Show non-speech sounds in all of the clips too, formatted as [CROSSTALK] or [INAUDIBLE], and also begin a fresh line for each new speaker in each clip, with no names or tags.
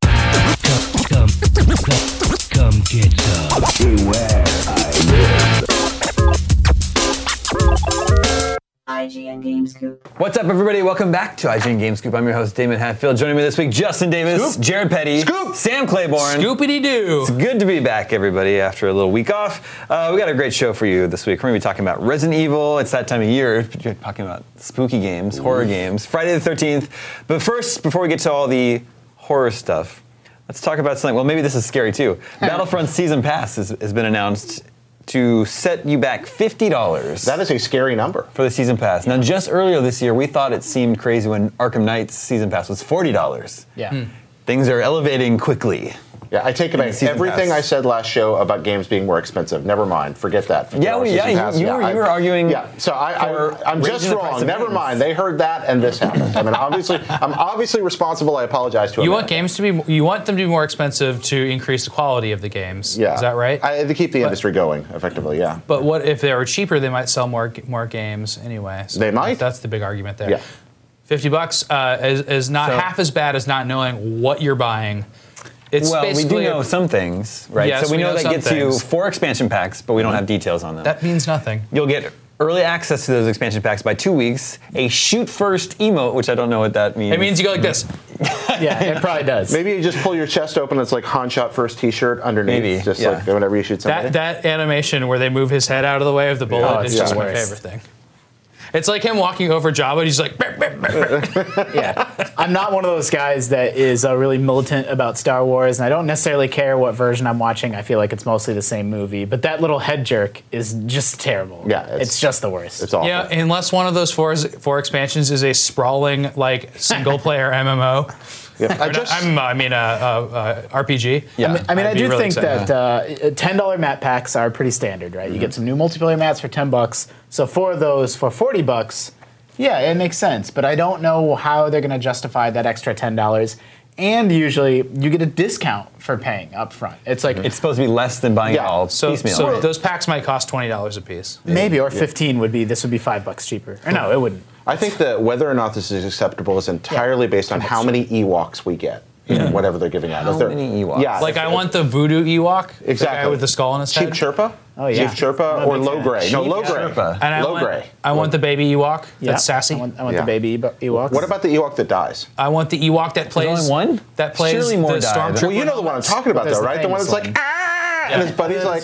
Come, come, come get some.
IGN Games Coop.
What's up, everybody? Welcome back to IGN Game Scoop. I'm your host, Damon Hatfield. Joining me this week, Justin Davis, Jared Petty,
Scoop.
Sam Claiborne.
Scoopity doo.
Good to be back, everybody, after a little week off. Uh, we got a great show for you this week. We're going to be talking about Resident Evil. It's that time of year. You're talking about spooky games, horror games, Friday the 13th. But first, before we get to all the horror stuff, let's talk about something. Well, maybe this is scary too. Battlefront Season Pass has, has been announced to set you back $50
That is a scary number.
for the season pass. Now, just earlier this year, we thought it seemed crazy when Arkham Knight's season pass was forty dollars.
Yeah.
Things are elevating quickly.
Yeah, I take it
And
back.
season
Everything
pass.
I said last show about games being more expensive. Never mind. Forget that. $50
Yeah, we-
season
yeah, you-
pass.
you were- you
I-
were arguing
Yeah, so I,
for
I, I'm just
raising the price
wrong.
of
Never
games.
mind. They heard that, and this happened. I mean, obviously, I'm obviously responsible. I apologize to
You want
America.
games to be you want them to be more expensive to increase the quality of the games.
Yeah,
Is that right?
I, to keep the industry going effectively. Yeah.
but what if they were cheaper? They might sell more more games anyway. So
They might.
That's the big argument there.
Yeah.
Fifty bucks uh, is, is not
So-
half as bad as not knowing what you're buying. It's
Well, we do
basically a-
know some things, right?
Yes,
so we,
we
know,
know
that
some
gets
things. Mm-hmm.
you four expansion packs, but we don't have details on them.
that means nothing.
You'll get early access to those expansion packs by two weeks. A shoot first emote, which I don't know what that means.
It means you go like this.
[LAUGHS] Yeah, it probably does.
Maybe you just pull your chest open. It's like Han shot first T-shirt underneath.
Maybe,
just
yeah.
like whenever you shoot
[LAUGHS]
somebody.
That that animation where they move his head out of the way of the bullet
Oh, it's
is just
the
my
worst.
favorite thing. It's like him walking over Jabba. and He's like, "Burp, burp, burp, burp."
Yeah. I'm not one of those guys that is uh, really militant about Star Wars, and I don't necessarily care what version I'm watching. I feel like it's mostly the same movie, but that little head jerk is just terrible.
Yeah,
It's,
it's-
just the worst.
it's awful.
Yeah, unless one of those four four expansions is a sprawling like single player MMO.
Yeah. I just,
[LAUGHS] I'm, I mean, uh, uh, uh, RPG.
Yeah.
I mean,
I'd
I
be
do
really
think
excited.
that uh, $10 map packs are pretty standard, right? You get some new multiplayer maps for 10 bucks. So four of those for 40 bucks, yeah, it makes sense. But I don't know how they're going to justify that extra $10. And usually you get a discount for paying up front. It's
Mm-hmm.
like
it's supposed to be less than buying
Yeah.
it all
So,
piecemeal.
so
right?
those packs might cost twenty dollars a piece.
Maybe or fifteen would be. This would be five bucks cheaper. Or no, it wouldn't.
I think that whether or not this is acceptable is entirely based on how many Ewoks we get. in Whatever they're giving out.
How many Ewoks?
Yeah,
Like
if-
I want the voodoo Ewok, the
exactly
guy with the skull on his
Cheap
head,
Chirpa.
Oh, yeah.
Chief Chirpa
I'm a
or
big
low
fan.
gray. No,
Chief
low gray.
Chirpa.
and I
low
want
gray.
I want the baby Ewok that's
Yeah,
sassy.
I want, I want
Yeah.
the baby Ew- Ewoks.
What about the Ewok that dies?
I want the Ewok that
only
plays
one?
that plays
Surely more
the
died.
stormtrooper.
Well,
Well, you know the one I'm talking about,
There's
though,
the
right? The one that's
famous
like
one.
ah. And his buddy's like,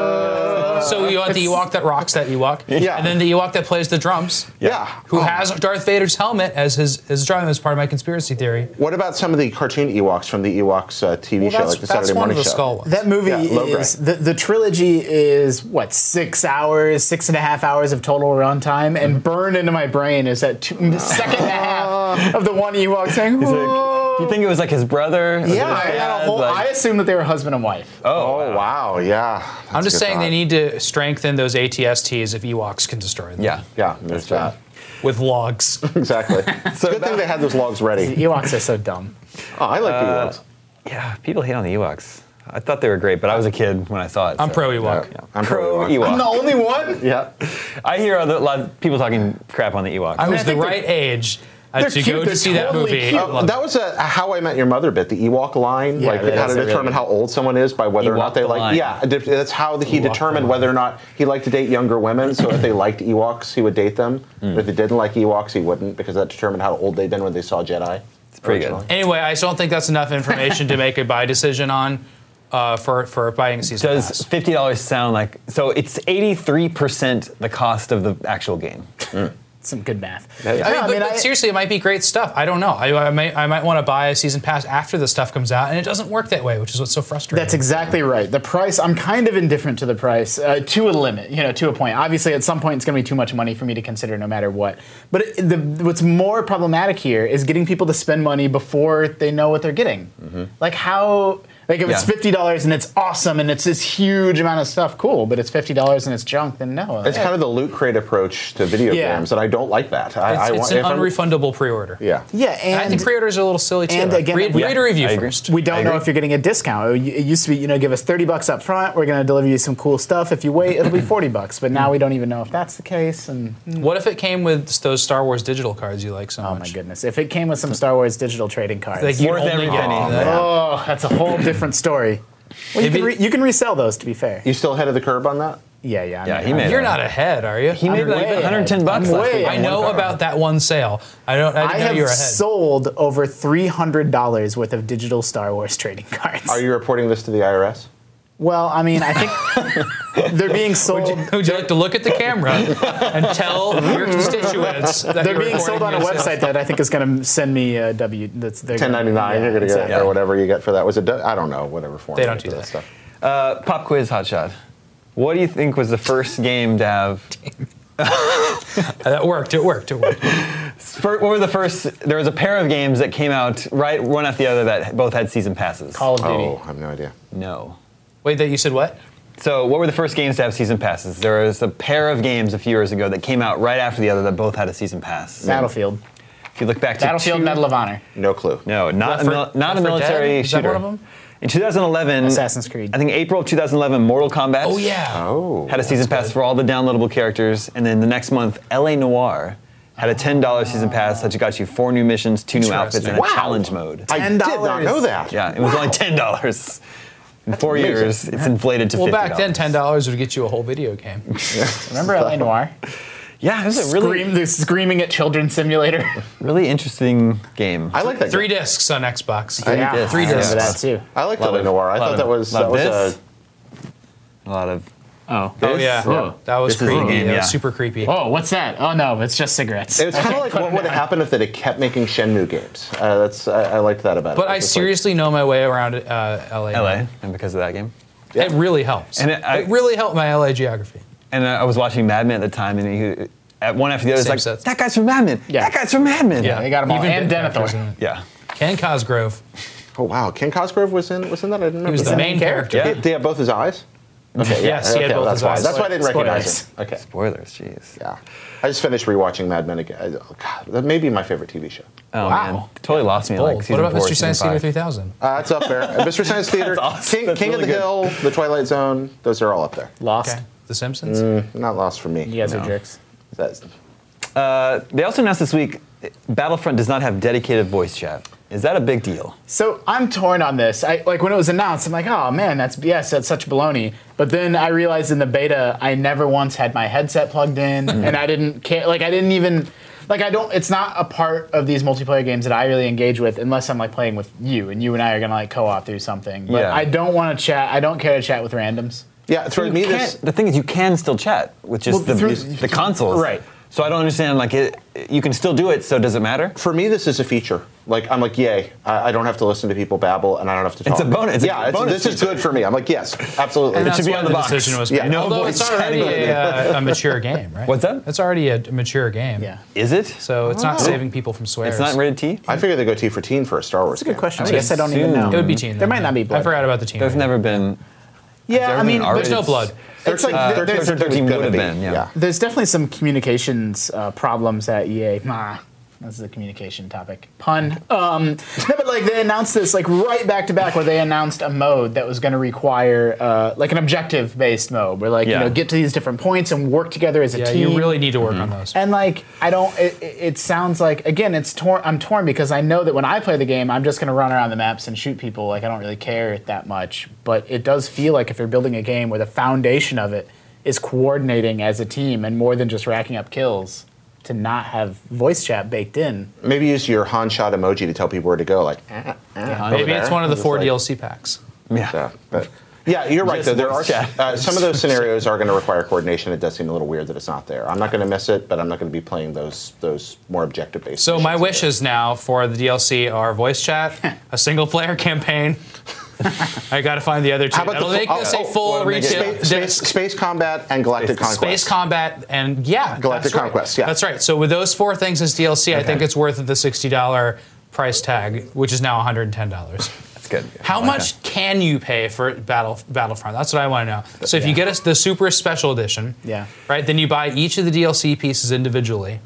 uh,
So you want the Ewok that rocks that Ewok,
Yeah.
and then the Ewok that plays the drums,
yeah.
who
Oh.
has Darth Vader's helmet as his his drum as part of my conspiracy theory.
What about some of the cartoon Ewoks from the Ewoks uh, TV show, like the Saturday
one
morning
of the
show?
skull ones.
That movie
Yeah, low
is the, the trilogy is what six hours, six and a half hours of total runtime,
Mm-hmm.
and burned into my brain is that two, the second and a half of the one Ewok saying.
He's like, do you think it was like his brother? Was it
yeah,
his
I, had a
dad?
whole,
Like-
I assumed that they were husband and wife.
Oh wow, yeah. That's
I'm
a
just
good
saying they
thought.
need to strengthen those ATSTs if Ewoks can destroy them.
Yeah.
Yeah, there's that.
with
[LAUGHS]
logs.
[LAUGHS] Exactly. It's a good thing they had those logs ready.
Ewoks are so dumb.
Oh, I like the Ewoks.
Yeah, people hate on the Ewoks. I thought they were great, but I was a kid when I saw it.
I'm
so-
pro Ewok.
Yeah, I'm
pro
probably
Ewok.
I'm the only one.
Yeah.
I hear other, a lot of people talking crap on the Ewoks.
I was the
think
right age uh,
they're
to
cute,
go
they're
to see that
totally
movie.
cute.
I love
Uh, That was a, a How I Met Your Mother bit, the Ewok line,
Yeah,
like
that
how to
is a
determine
really-
how old someone is by whether or
Ewok
not they
the
like.
line.
Yeah, de- that's how he determined whether or not he liked to date younger women. So if they liked Ewoks, he would date them. But if they didn't like Ewoks, he wouldn't because that determined how old they'd been when they saw Jedi. It's
pretty good.
Anyway, I just don't think that's enough information to make a buy decision on uh, for for buying a season
Does
pass.
fifty dollars sound like so? It's eighty three percent the cost of the actual game.
Some good math.
yeah.
I mean,
No,
but, but seriously, it might be great stuff. I don't know. I, I might I might want to buy a season pass after this stuff comes out, and it doesn't work that way, which is what's so frustrating.
That's exactly right. The price, I'm kind of indifferent to the price uh, to a limit, you know, to a point. Obviously, at some point, it's going to be too much money for me to consider no matter what. But it, the, what's more problematic here is getting people to spend money before they know what they're getting. Like, how, like, if it's
Yeah.
$50 and it's awesome and it's this huge amount of stuff, cool, but it's $50 and it's junk, then no.
It's kind of the loot crate approach to video
Yeah.
games, and I don't like that. I,
It's,
I
it's
want
an
if I'm-
unrefundable pre-order.
Yeah.
yeah,
And
and
I think pre-orders are a little silly too.
and again,
read,
we-
read a review
I agree.
first.
We don't know
agree.
if you're getting a discount. It it used to be, you know, give us 30 bucks up front. We're going to deliver you some cool stuff. If you wait, it'll be 40 bucks. But now we don't even know if that's the case. And
What if it came with those Star Wars digital cards you like so
oh
much?
my goodness, if it came with some Star Wars digital trading cards,
Like you
Worth
only
every
get
penny.
that.
oh, that's a whole different story. Well, you,
Maybe-
can re- you can resell those, to be fair.
You still ahead of the curb on that?
Yeah, yeah. I
Yeah,
mean,
he
I-
made
You're
it.
not ahead, are you?
He made like
way
one hundred ten
ahead.
bucks.
I'm
last
way
week on
I
ahead.
one
know
card.
about that one sale. I don't. I didn't
I
know you were
have
ahead.
sold over 300 dollars worth of digital Star Wars trading cards.
Are you reporting this to the IRS?
[LAUGHS] Well, I mean, I think they're being sold.
Would you like to look at the
[LAUGHS]
camera and tell your constituents that
They're
you're
being sold on
recording
a
your sale?
website that I think is going to send me a W. That's they're
Ten
gonna-
ninety nine.
yeah,
You're gonna get
exactly.
it, or whatever you get for that. Was it? I don't know. Whatever form.
They don't
it
do
is,
that.
stuff.
Uh, pop quiz, hotshot. What do you think was the first game to have?
Uh, That worked. It worked. It worked.
Fir what were the first? There was a pair of games that came out right one after the other that both had season passes.
Call of Duty.
Oh, I have no idea.
no.
Wait, that you said what?
So, what were the first games to have season passes? There was a pair of games a few years ago that came out right after the other that both had a season pass.
Battlefield.
If you look back to
Battlefield
two-
Medal of Honor.
No clue.
No, not
Left
a,
for-
mil- not
Left
a
for
military
Dead? Is that
shooter.
one of 'em?
In 2011,
Assassin's Creed.
I think April of 2011, Mortal Kombat.
Oh yeah.
Oh.
Had a season pass for all the downloadable characters, and then the next month, LA Noir had a ten dollar season pass that got you four new missions, two new outfits, and a
Wow.
challenge mode.
I did not
$10.
know that.
yeah, it was only ten dollars. In four
amazing.
years, it's inflated to
Well,
fifty.
back then, ten dollars would get you a whole video game.
Remember LA Noir?
Yeah, it was a really,
Scream, the Screaming at Children simulator.
really interesting game.
I like that.
Three
game.
discs on Xbox.
discs.
Three
Yeah.
I
discs.
remember that too.
I like
Lot
that
of-
Noir. I
lot
thought
of-
that was
lot
that
of
was
this.
a.
a lot of
Oh.
Oh yeah.
Whoa.
That was
This is the
creepy.
game,
That
yeah.
was super creepy.
Oh, what's that? Oh no, it's just cigarettes.
It was kind of like what would have happened if they had kept making Shenmue games. Uh, that's I, I liked that about it.
But
It
I
was just
seriously know my way around uh, LA.
LA, and because of that game.
It really helps.
And
And
it-
it,
I-
really helped my LA geography.
And I I was watching Mad Men at the time, and he, at one after the other, it's
Same
like,
sets.
that guy's from Mad Men.
Yeah.
That guy's from Mad Men.
Yeah, they got them all.
Even
and
bit factors
Denethor.
in it.
Yeah.
Ken Cosgrove.
like, oh wow, Ken Cosgrove was in was in that. I didn't remember.
He was the
that.
main character.
Yeah.
Did they have both his eyes? Okay,
[LAUGHS]
yeah,
Yes, he had
okay,
both
that's
his
why.
eyes.
That's why I didn't recognize him.
Spoilers.
Okay.
Spoilers, jeez.
Yeah. I just finished rewatching Mad Men again. Oh, God, that may be my favorite TV show.
Oh,
Wow.
man. Totally lost me. at, Like,
Bold.
season
what about
four,
Mr. Science
season
Theater
five.
3000?
Uh, it's up
[LAUGHS]
there. Uh, Mr. Science Theater,
awesome.
King,
That's
King of
really
the
good.
Hill, The Twilight Zone. Those are all up there.
[LAUGHS] Lost.
Okay. The Simpsons?
Not lost for me.
You guys are jerks.
That's-
Uh, they also announced this week Battlefront does not have dedicated voice chat. Is that a big deal?
So I'm torn on this. I like when it was announced, I'm like, oh man, that's BS, that's such baloney. But then I Hmm. realized in the beta, I never once had my headset plugged in, and I didn't care. Like I didn't even. like I don't. It's not a part of these multiplayer games that I really engage with unless I'm like playing with you and you and I are gonna like co-op through something. But
Yeah.
I don't want to chat. I don't care to chat with randoms.
Yeah, for
You
me,
can't-
this
the thing is, you can still chat with just
Well,
the,
through-
the consoles.
Right.
So I don't understand. Like, it, you can still do it. So does it matter?
for me this is a feature. Like I'm like, yay! I, I don't have to listen to people babble, and I don't have to talk.
It's a bonus- it's a
yeah,
bonus
this is good for me. I'm like, yes, absolutely.
And
It should
that's
be
why
on the box.
decision was
Yeah.
made.
No
Although
voice
it's already
chatting.
a, uh, a mature game, right?
What's that?
It's already a mature game.
Yeah.
Is it?
So it's not saving people from swears.
it's not rated T.
I figure they go T for teen for a Star Wars.
It's a good
game.
question. I
I
guess I don't even
assume-
know.
It would be teen.
There
though,
might not be
yeah.
blood.
I forgot about the teen.
There's
rating.
never been.
Yeah, I
There's
mean,
been
There's no
R-rated.
blood.
it's like
Uh,
there- there's,
13
Gonna
would have
be,
been. Yeah.
there's definitely some communications uh, problems at EA. Nah, this is a communication topic.
[LAUGHS]
Pun. Um, no, but like they announced this like right back to back where they announced a mode that was going to require uh, like an objective based mode where like
Yeah.
you know get to these different points and work together as a
Yeah,
team.
you really need to work
Mm-hmm.
on those.
And like I don't, it, it it sounds like again, it's torn. I'm torn because I know that when I play the game, I'm just going to run around the maps and shoot people. Like I don't really care that much. But it does feel like if you're building a game where the foundation of it is coordinating as a team and more than just racking up kills, to not have voice chat baked in.
Maybe use your Han shot emoji to tell people where to go. Like, eh,
Maybe
there.
it's one of the
Just
four
like-
DLC packs.
yeah, but- yeah, you're right.
Just
Though there are
voice chat.
uh, some of those scenarios are going to require coordination. It does seem a little weird that it's not there. I'm not going to miss it, but I'm not going to be playing those those more objective based.
So my wishes now for the DLC are voice chat, a single player [LAUGHS] campaign. I gotta find the other two.
How about
That'll
the
make
full-
this
oh,
a full
well, make it-
retail
space, space, space combat and galactic
Space-
conquest.
Space combat and yeah,
Galactic
that's right.
Conquest, yeah.
that's right. So with those four things as DLC, I think it's worth the sixty dollar price tag, which is now one hundred and ten dollars.
That's good.
How
I like
much
that.
can you pay for Battle Battlefront? That's what I want to know. So if you get us the Super Special Edition,
Yeah.
right, then you buy each of the DLC pieces individually.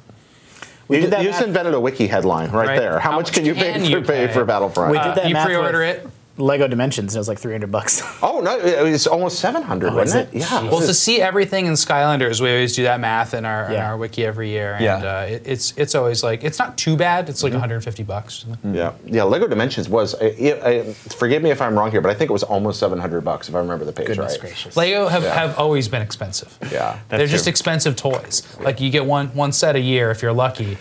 You,
did that
you just
math-
invented a wiki headline right,
Right.
there. How, much can you, pay,
you
for, pay
pay?
for Battlefront?
We did
Uh,
that
you
math
pre-order
with
it.
Lego Dimensions and it was like 300 bucks. [LAUGHS]
oh no, it was almost 700,
is
wasn't
it?
it? Yeah.
Well, to see everything in Skylanders, we always do that math in our in
Yeah.
our wiki every year, and
Yeah. Mm-hmm.
uh, it, it's it's always like it's not too bad. It's like 150 bucks.
yeah, yeah. Lego Dimensions was. I, I, I- forgive me if I'm wrong here, but I think it was almost 700 bucks if I remember the page
Goodness
right.
gracious.
Lego have, have always been expensive.
Yeah.
They're just
true.
expensive toys. Like you get one one set a year if you're lucky,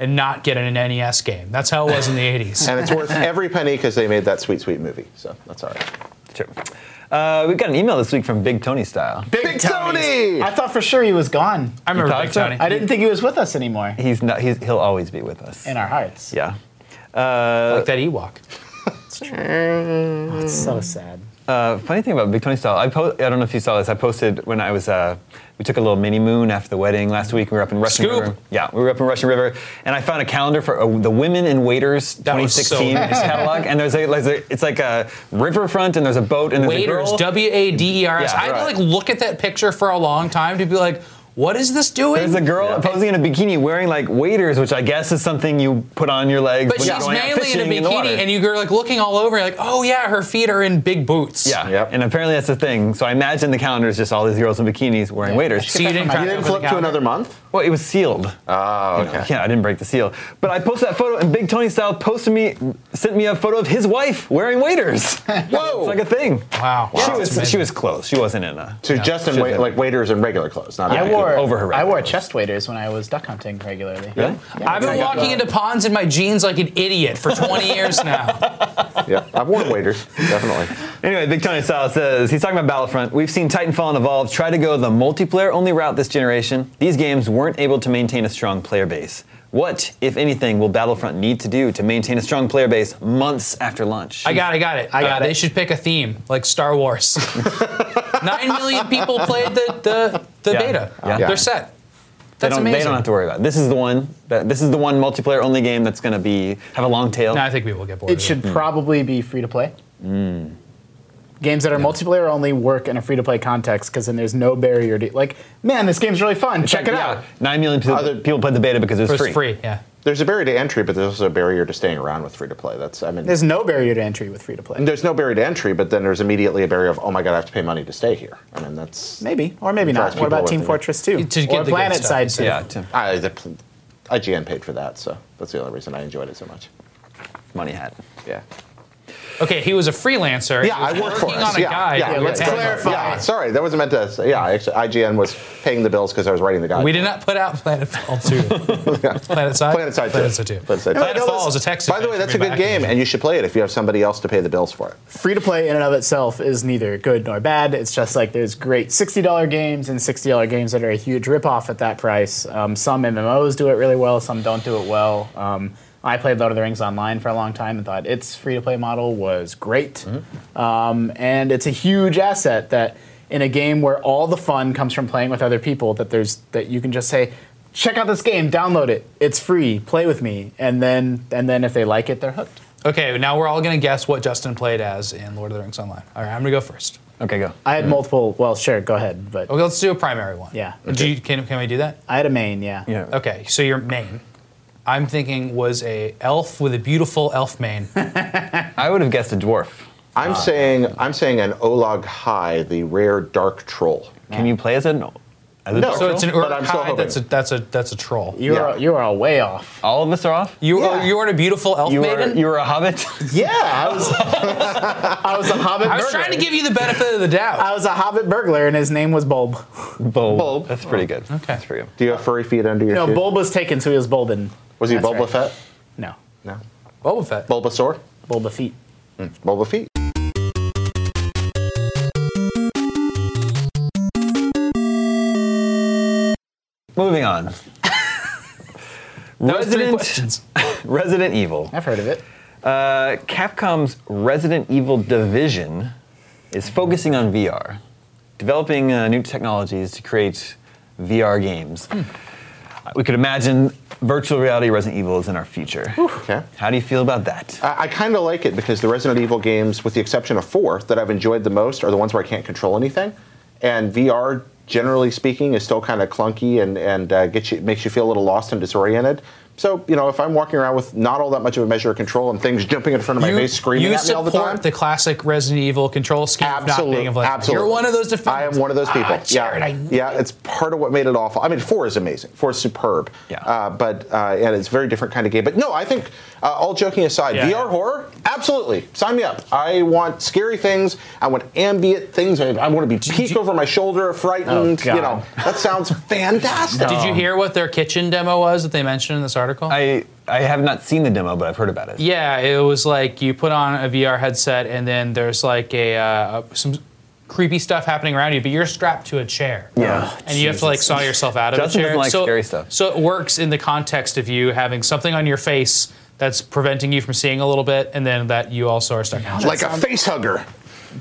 and not get an NES game. That's how it
[LAUGHS]
was in the 80s.
[LAUGHS] and it's worth every penny because they made that sweet, sweet movie. So that's all right.
True. Uh, we got an email this week from Big Tony Style.
Big Tony!
I thought for sure he was gone.
I remember
thought
Big
so?
Tony.
I didn't think he was with us anymore
He's not. He's, he'll always be with us.
in our hearts.
yeah.
like that
[LAUGHS]
Ewok.
It's so sad.
Uh, funny thing about Big Tony Style, I, po- I don't know if you saw this. I posted when I was, uh, we took a little mini moon after the wedding last week. We were up in Russian
Scoop.
River. Yeah, we were up in Russian River, and I found a calendar for uh, the Women in Waiters
That was
2016
so nice.
catalog. And there's a, there's a- it's like a riverfront, and there's a boat, and there's a
Waiters,
girl.
W A D E R S.
Yeah,
I had to
right.
like look at that picture for a long time to be like, what is this doing?
There's a girl posing in a bikini wearing like waders, which I guess is something you put on your legs.
But
when you're
she's
going out
mainly in a
fishing the water.
bikini, and you're like looking all over, you're like, oh yeah, her feet are in big boots.
Yeah,
Yep.
and apparently that's the thing. So I imagine the calendar is just all these girls in bikinis wearing waders.
So you didn't,
You
crack
didn't
open the
flip to
calendar?
another month?
[LAUGHS] Well, it was sealed.
Oh, okay.
Yeah, I didn't break the seal. But I posted that photo, and Big Tony Style posted me, sent me a photo of his wife wearing waders. Whoa! It's like a thing.
Wow.
She
Wow.
was she was close. She wasn't in a.
So just in
Should've
wait,
been.
like waiters in regular clothes, not
I
in
wore
over her
I wore
regulars.
chest waders when I was duck hunting regularly.
Really?
I've been
Yeah.
walking into ponds in my jeans like an idiot for
[LAUGHS]
20 years now.
Yeah, I've worn waiters, definitely.
Anyway, Big Tony Style says he's talking about Battlefront. We've seen Titanfall and Evolve try to go the multiplayer only route this generation. These games weren't able to maintain a strong player base. What, if anything, will Battlefront need to do to maintain a strong player base months after launch?
I got it, I got it. Uh,
I got
they
it.
should pick a theme, like Star Wars. Nine million people played the, the, the
Yeah.
beta.
Yeah.
Yeah.
They're set.
they
That's
don't,
amazing.
They don't have to worry about. It. This is the one. That, this is the one multiplayer only game that's going to be have a long tail.
No, I think we will get bored.
It
of
should
Hmm.
probably be free to play. Games that are multiplayer only work in a free to play context because then there's no barrier to like, man, this game's really fun. Check it
Yeah,
out.
Nine million people,
Other-
people played the beta because it was
It was
free.
free. Yeah.
There's a barrier to entry, but there's also a barrier to staying around with free to play. That's I mean,
There's
there's,
no barrier to entry with free to play.
no barrier to entry, but then there's immediately a barrier of oh my god, I have to pay money to stay here. I mean, that's
Maybe or maybe
Drives
not.
people
What about
away
Team
from it.
Fortress 2
To get
or
the good
Planet
stuff,
Side
you
2?
said.
Yeah, to
I, the, IGN paid for that, so that's the only reason I enjoyed it so much.
money hat.
Yeah.
Okay, he was a freelancer.
Yeah,
he was
I work for
working
us.
on a
yeah,
guide.
yeah,
Yeah, let's
yeah,
clarify.
Yeah, sorry, that wasn't meant to. Say. Yeah, actually, IGN was paying the bills because I was writing the guide.
We did not put out Planetfall 2.
[LAUGHS]
Planet Side?
Planet Side
Planet 2.
2. Planet Side 2.
Planet
I know
Fall
this-
is a text
By the way,
adventure
that's a
made
good
by
game,
Activision.
and you should play it if you have somebody else to pay the bills for it.
Free to play in and of itself is neither good nor bad. It's just like there's great $60 games and $60 games that are a huge ripoff at that price. Um, some MMOs do it really well, some don't do it well. Um, I played Lord of the Rings online for a long time and thought its free to play model was great. Um, and it's a huge asset that in a game where all the fun comes from playing with other people, that there's that you can just say, check out this game, download it, it's free, play with me, and then and then if they like it, they're hooked.
Okay, now we're all going to guess what Justin played as in Lord of the Rings Online. All right, I'm going to go first.
Okay, go.
I had multiple. Well, sure, go ahead. But
Okay, let's do a primary one.
Yeah.
Do you, can, can we do that?
I had a main, yeah.
Yeah.
Okay, so your main, I'm thinking was a elf with a beautiful elf
[LAUGHS]
mane.
I would have guessed a dwarf.
I'm
Ah.
saying I'm saying an Olog High, the rare dark troll.
Can you play as an as a
No.
dwarf?
So it's an
But I'm still
uruk-hai
hoping.
that's a that's a that's a troll. You
You
Yeah.
are you are way off.
All of us are off.
you,
Yeah.
you were a beautiful elf
You were
maiden.
you were a hobbit.
Yeah, I was [LAUGHS] I was a hobbit.
I was
burglar.
trying to give you the benefit of the doubt.
[LAUGHS]
I was a hobbit burglar, and his name was Bulb.
Bulb. That's pretty good. Okay.
That's
That's
pretty
pretty good.
Do you have furry feet under your
No,
shoes?
Bulb was taken, so he was Bulbin.
was he
That's
Bulba
right.
Fett?
No,
No.
Boba Fett.
Bulbasaur?
Bulba feet.
Bulba feet.
Moving on.
[LAUGHS] That was three
Resident
questions.
[LAUGHS] Resident Evil.
I've heard of it.
Uh, Capcom's Resident Evil division is focusing on VR, developing uh, new technologies to create VR games.
Hmm.
We could imagine virtual reality Resident Evil is in our future.
Okay. Uh,
How do you feel about that?
I, I kind of like it because the Resident Evil games, with the exception of four, that I've enjoyed the most are the ones where I can't control anything, and VR, generally speaking, is still kind of clunky and and uh, gets you makes you feel a little lost and disoriented. So you know, if I'm walking around with not all that much of a measure of control and things [LAUGHS] jumping in front of my face, screaming
you
at me all the time,
support the classic Resident Evil control scheme of not
absolutely,
being of like,
absolutely,
you're one of those
I
defenders.
am one of those people.
Ah, Jared,
yeah,
I
yeah, it's part of what made it awful. I mean, four is amazing. Four is superb.
Yeah.
Uh, but uh, and it's a very different kind of game. But no, I think uh, all joking aside,
Yeah,
VR
yeah.
horror, absolutely. Sign me up. I want scary things. I want ambient things. I, I want to be peeked
you-
over my shoulder, frightened.
Oh, God.
you know, that
[LAUGHS]
sounds fantastic.
Did you hear what their kitchen demo was that they mentioned in this article?
I I have not seen the demo, but I've heard about it.
yeah, it was like you put on a VR headset and then there's like a uh, some creepy stuff happening around you, but you're strapped to a chair.
Yeah.
and you have to like saw yourself out of
Justin
a chair.
doesn't like scary stuff.
So it works in the context of you having something on your face that's preventing you from seeing a little bit, and then that you also are stuck. in.
Like a face hugger.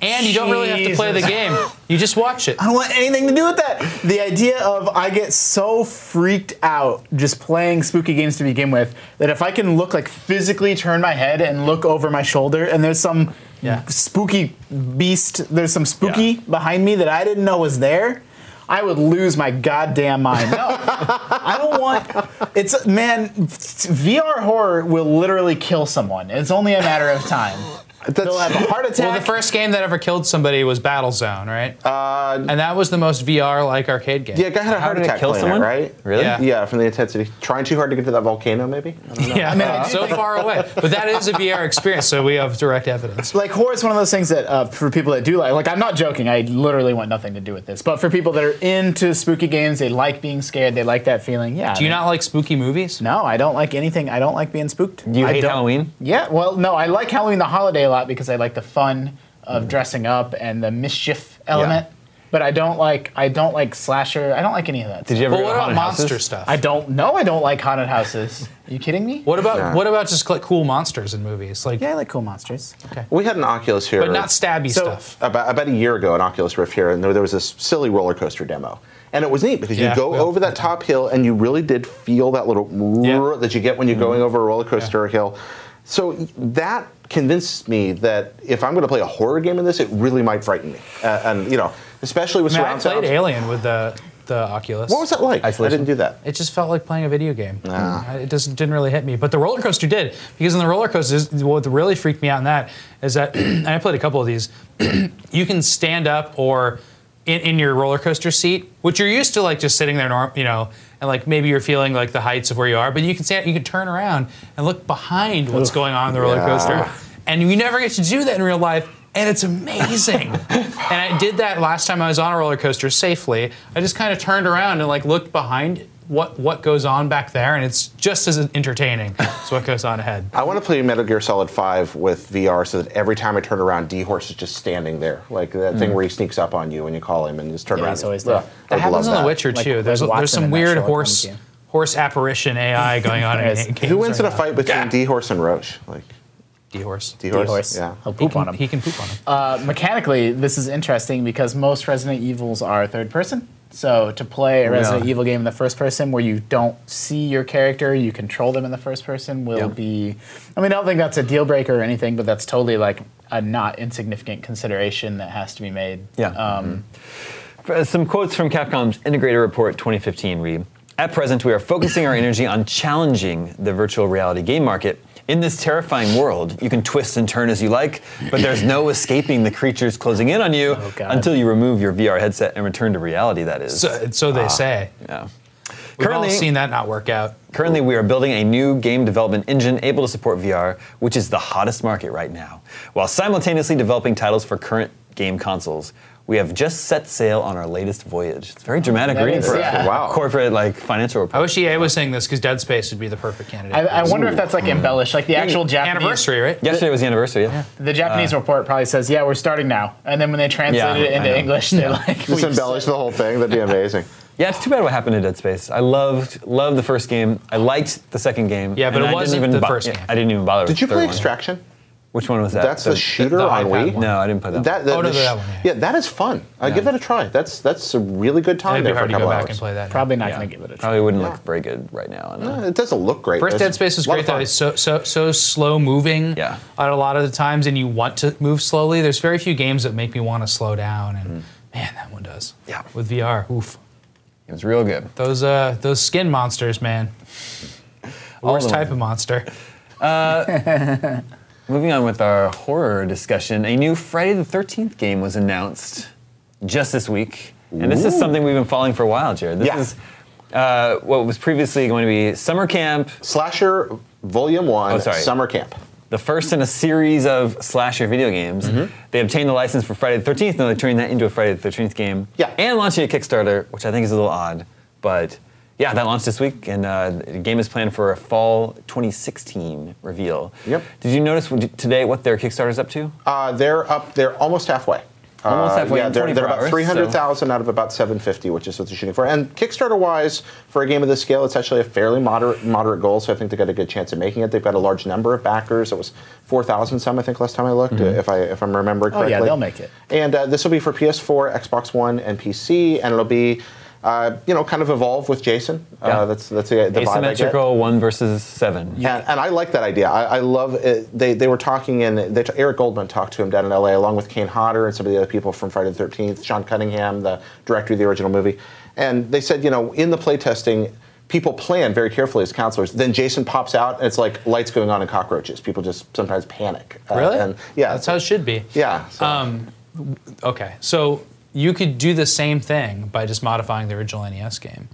And you don't really have to play the
Jesus.
game; you just watch it.
I don't want anything to do with that. The idea of I get so freaked out just playing spooky games to begin with that if I can look like physically turn my head and look over my shoulder and there's some
Yeah.
spooky beast, there's some spooky
Yeah.
behind me that I didn't know was there. I would lose my goddamn mind. No, I don't want. It's man, VR horror will literally kill someone. It's only a matter of time. They'll have a heart attack.
Well, the first game that ever killed somebody was Battlezone, right?
Uh,
and that was the most VR-like arcade game.
yeah, guy had a heart
did it
attack
kill
playing
someone?
it, right?
Really?
Yeah.
Yeah, from the intensity. Trying too hard to get to that volcano, maybe? I don't know.
Yeah, I mean,
Uh,
it's so far away. But that is a VR experience, so we have direct evidence.
like horror is one of those things that uh, for people that do like like i'm not joking i literally want nothing to do with this but for people that are into spooky games they like being scared they like that feeling yeah
Do you not like spooky movies?
no i don't like anything i don't like being spooked
Do you
I
hate
don't-
Halloween?
yeah well no i like halloween the holiday a lot because i like the fun
Mm.
of dressing up and the mischief element but i don't like i don't like slasher i don't like any of that
Did you ever
But
go
what
to haunted
about monster
houses?
stuff?
i don't know i don't like haunted houses are you kidding me
what about
Nah.
what about just like cool monsters in movies, like
yeah i like cool monsters okay
We had an Oculus here.
but not stabby
So-
stuff?
about, about a year ago an Oculus Rift here, and there, there was this silly roller coaster demo. And it was neat because
Yeah,
you go
yeah.
over that top hill and you really did feel that little
Yeah. Mm-hmm.
roar that you get when you're going over a roller coaster hill. So that convinced me that if I'm going to play a horror game in this, it really might frighten me. Uh, and, you know, especially with
I, mean, I
surround
played
sounds.
Alien with the the Oculus.
What was that like?
Isolation.
I didn't do that.
It just felt like playing a video game. I- It doesn't didn't really hit me, but the roller coaster did because in the roller coasters, what really freaked me out in that is that [CLEARS THROAT] and I played a couple of these. you can stand up or in, in your roller coaster seat, which you're used to like just sitting there, norm, you know, and like maybe you're feeling like the heights of where you are, but you can stand, you can turn around and look behind what's going on in the roller
Yeah.
coaster. and you never get to do that in real life. And it's amazing. and I did that last time I was on a roller coaster safely. I just kind of turned around and like looked behind what what goes on back there, and it's just as entertaining as what goes on ahead.
I want to play Metal Gear Solid 5 with VR so that every time I turn around, D Horse is just standing there. Like that
Mm.
thing where he sneaks up on you when you call him and just turn
Yeah,
around.
he's always there.
Ugh,
That
I'd love
happens on
that.
The Witcher
Like,
too.
like
there's
Watson
there's
in
some
that
weird
Sherlock
horse
Holmes game.
horse apparition AI going on.
There is.
in, in
Who
games
wins in
right
a
now.
fight between D Horse and Roach? Like
D-horse.
D
Horse.
Horse? Yeah.
He'll
He
poop
can,
on him.
he can poop on him.
Uh, mechanically, this is interesting because most Resident Evils are third person. So to play a Resident Evil game in the first person where you don't see your character, you control them in the first person will be. I mean, I don't think that's a deal breaker or anything, but that's totally like a not insignificant consideration that has to be made.
Yeah. Mm-hmm.
Um,
Uh, Some quotes from Capcom's Integrator Report 2015 read At present, we are focusing our energy on challenging the virtual reality game market. In this terrifying world, you can twist and turn as you like, but there's
[LAUGHS]
no escaping the creatures closing in on you
Oh,
God.
until you remove your VR headset and return to reality, that is.
So, so they say.
yeah.
We've all
Currently-
seen that not work out.
Currently, we are building a new game development engine able to support VR, which is the hottest market right now, while simultaneously developing titles for current game consoles. We have just set sail on our latest voyage. It's very dramatic
that
reading
is-
for
yeah.
a
Wow.
corporate like financial
I
report.
wish EA was saying this because Dead Space would be the perfect candidate.
Mm-hmm.
I, I wonder if that's like embellished, like the actual Japanese
Anniversary, right?
Yesterday was the anniversary. Yeah.
The Japanese report probably says, "Yeah, we're starting now," and then when they translated
Yeah,
it
I know.
into English, they're like,
Just
"We've
embellish the whole
[LAUGHS]
thing. That'd be amazing.
Yeah, it's too bad what happened to Dead Space. I loved loved the first game. I liked the second game.
Yeah, but
and
it
I didn't
wasn't
even
the
bo-
first
yeah,
game.
I didn't even bother. with
Did you
the third
play
one.
Extraction?
Which one was that?
That's the shooter
the
on
iPad
Wii.
one.
No, I didn't play that.
That,
one.
that,
Oh,
the
no, that
sh-
one, yeah.
yeah, that is fun. I give that a try. That's that's a really good time
It'd be
there for a
hard to go
couple
back
hours.
and play that. now.
probably not
Yeah.
going to give it a try."
Probably wouldn't look very good right now. and, uh,
It doesn't look great.
First
It's
Dead Space was
a lot
great
of
though.
fun.
It's so so so slow moving.
Yeah.
At a lot of the times, and you want to move slowly. There's very few games that make me want to slow down, and man, that one does.
Yeah.
With VR, oof.
It was real good.
Those uh those skin monsters, man. Worst
of them.
type of monster.
Moving on with our horror discussion, a new Friday the 13th game was announced just this week. And this is something we've been following for a while, Jared. This
Yeah.
is uh, what was previously going to be Summer Camp,
Slasher Volume One
Oh, sorry.
Summer Camp.
the first in a series of slasher video games.
Mm-hmm.
They obtained the license for Friday the 13th, and they're turning that into a Friday the 13th game.
Yeah.
And launching a Kickstarter, which I think is a little odd. But yeah, that launched this week, and uh, the game is planned for a fall 2016 reveal.
Yep.
Did you notice what- today what their Kickstarter's up to?
Uh, they're up. They're almost halfway.
Almost
Uh,
halfway
yeah,
in
they're, they're
24 hours,
about
so-
three hundred thousand out of about seven fifty, which is what they're shooting for. And Kickstarter-wise, for a game of this scale, it's actually a fairly moderate moderate goal. So I think they got a good chance of making it. They've got a large number of backers. It was four thousand some, I think, last time I looked,
Mm-hmm.
if I if I'm remembering
Oh, yeah,
correctly.
they'll make it.
And uh, this will be for PS4, Xbox One, and PC, and it'll be. Uh, you know, kind of evolve with Jason.
Yeah.
Uh, that's that's the, the vibe I get.
Asymmetrical one versus seven.
And, and I like that idea. I, I love it. They, they were talking, and they, Eric Goldman talked to him down in LA, along with Kane Hodder and some of the other people from Friday the 13th, Sean Cunningham, the director of the original movie. And they said, you know, in the playtesting, people plan very carefully as counselors. Then Jason pops out, and it's like lights going on and cockroaches. People just sometimes panic. Uh,
Really? Um,
and yeah.
That's how it should be.
yeah. so-
Okay. So you could do the same thing by just modifying the original NES game.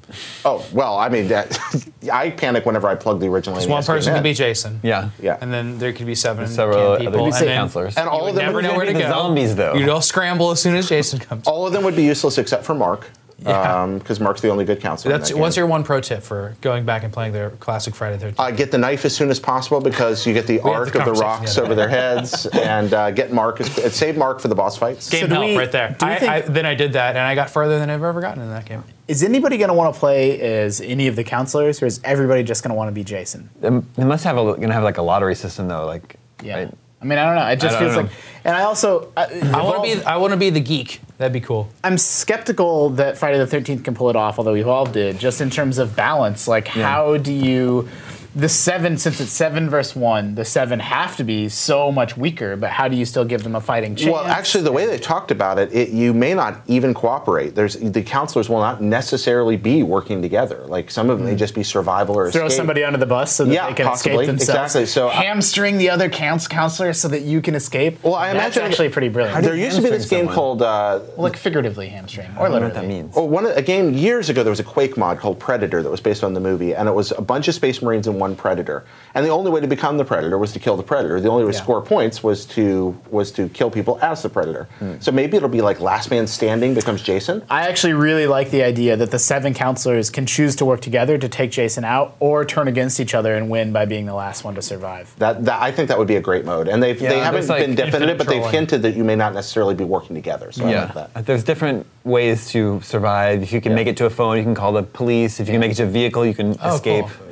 oh, well, I mean, that, [LAUGHS] I panic whenever I plug the original
Just one
NES game
person
in.
could be Jason.
Yeah.
Yeah.
And then there could be seven
Several
camp
other
people.
people.
and then
counselors.
And all
you
of
would
them
never
would be
know where to
the
go.
zombies, though.
You'd all scramble as soon as Jason comes.
All of them would be useless except for Mark,
Yeah.
because Mark's the only good counselor. in
That's
that
what's
game.
your one pro tip for going back and playing the classic Friday the 13th?
Uh, get the knife as soon as possible because you get the
the
arc of the
conversation
rocks
the other
over their heads, and uh, get Mark. as- uh, Save Mark for the boss fights.
Game
do
help
we-
right there.
do we
I,
think-
I, then I did that, and I got further than I've ever gotten in that game.
Is anybody going to want to play as any of the counselors, or is everybody just going to want to be Jason?
They they must have a, gonna have like a lottery system though, like
Yeah.
right?
I mean, I don't know. It just
I don't
feels
know.
like, and I also I,
I want to be. I want to be the geek. That'd be cool.
I'm skeptical that Friday the Thirteenth can pull it off, although Evolve did. Just in terms of balance, like how do you the seven since it's seven versus one, the seven have to be so much weaker, but how do you still give them a fighting chance?
Well, actually, the way they talked about it, it, you may not even cooperate. There's the counselors will not necessarily be working together. Like some of them may just be survival or
throw
escape.
somebody under the bus so that
Yeah,
they can
possibly.
escape themselves.
Exactly. So-
hamstring the other counts counselor so that you can escape.
Well, I
That's
imagine
actually pretty brilliant.
There used to be this
hamstring
game
someone?
called uh,
Well, like figuratively hamstring or
I don't know what
literally.
that means.
Oh, Well, one of- a game years ago, there was a Quake mod called Predator that was based on the movie, and it was a bunch of Space Marines in one one predator. And the only way to become the predator was to kill the predator. The only way to
Yeah.
score points was to was to kill people as the predator. So maybe it'll be like Last Man Standing becomes Jason.
I actually really like the idea that the seven counselors can choose to work together to take Jason out or turn against each other and win by being the last one to survive.
That, that I think that would be a great mode. And they've, they
Yeah,
haven't
there's like
been definitive,
infinite
but they've
trolling.
hinted that you may not necessarily be working together. So I like that.
Uh, There's different ways to survive. If you can make it to a phone, you can call the police. If you can make it to a vehicle, you can
Oh,
escape.
cool.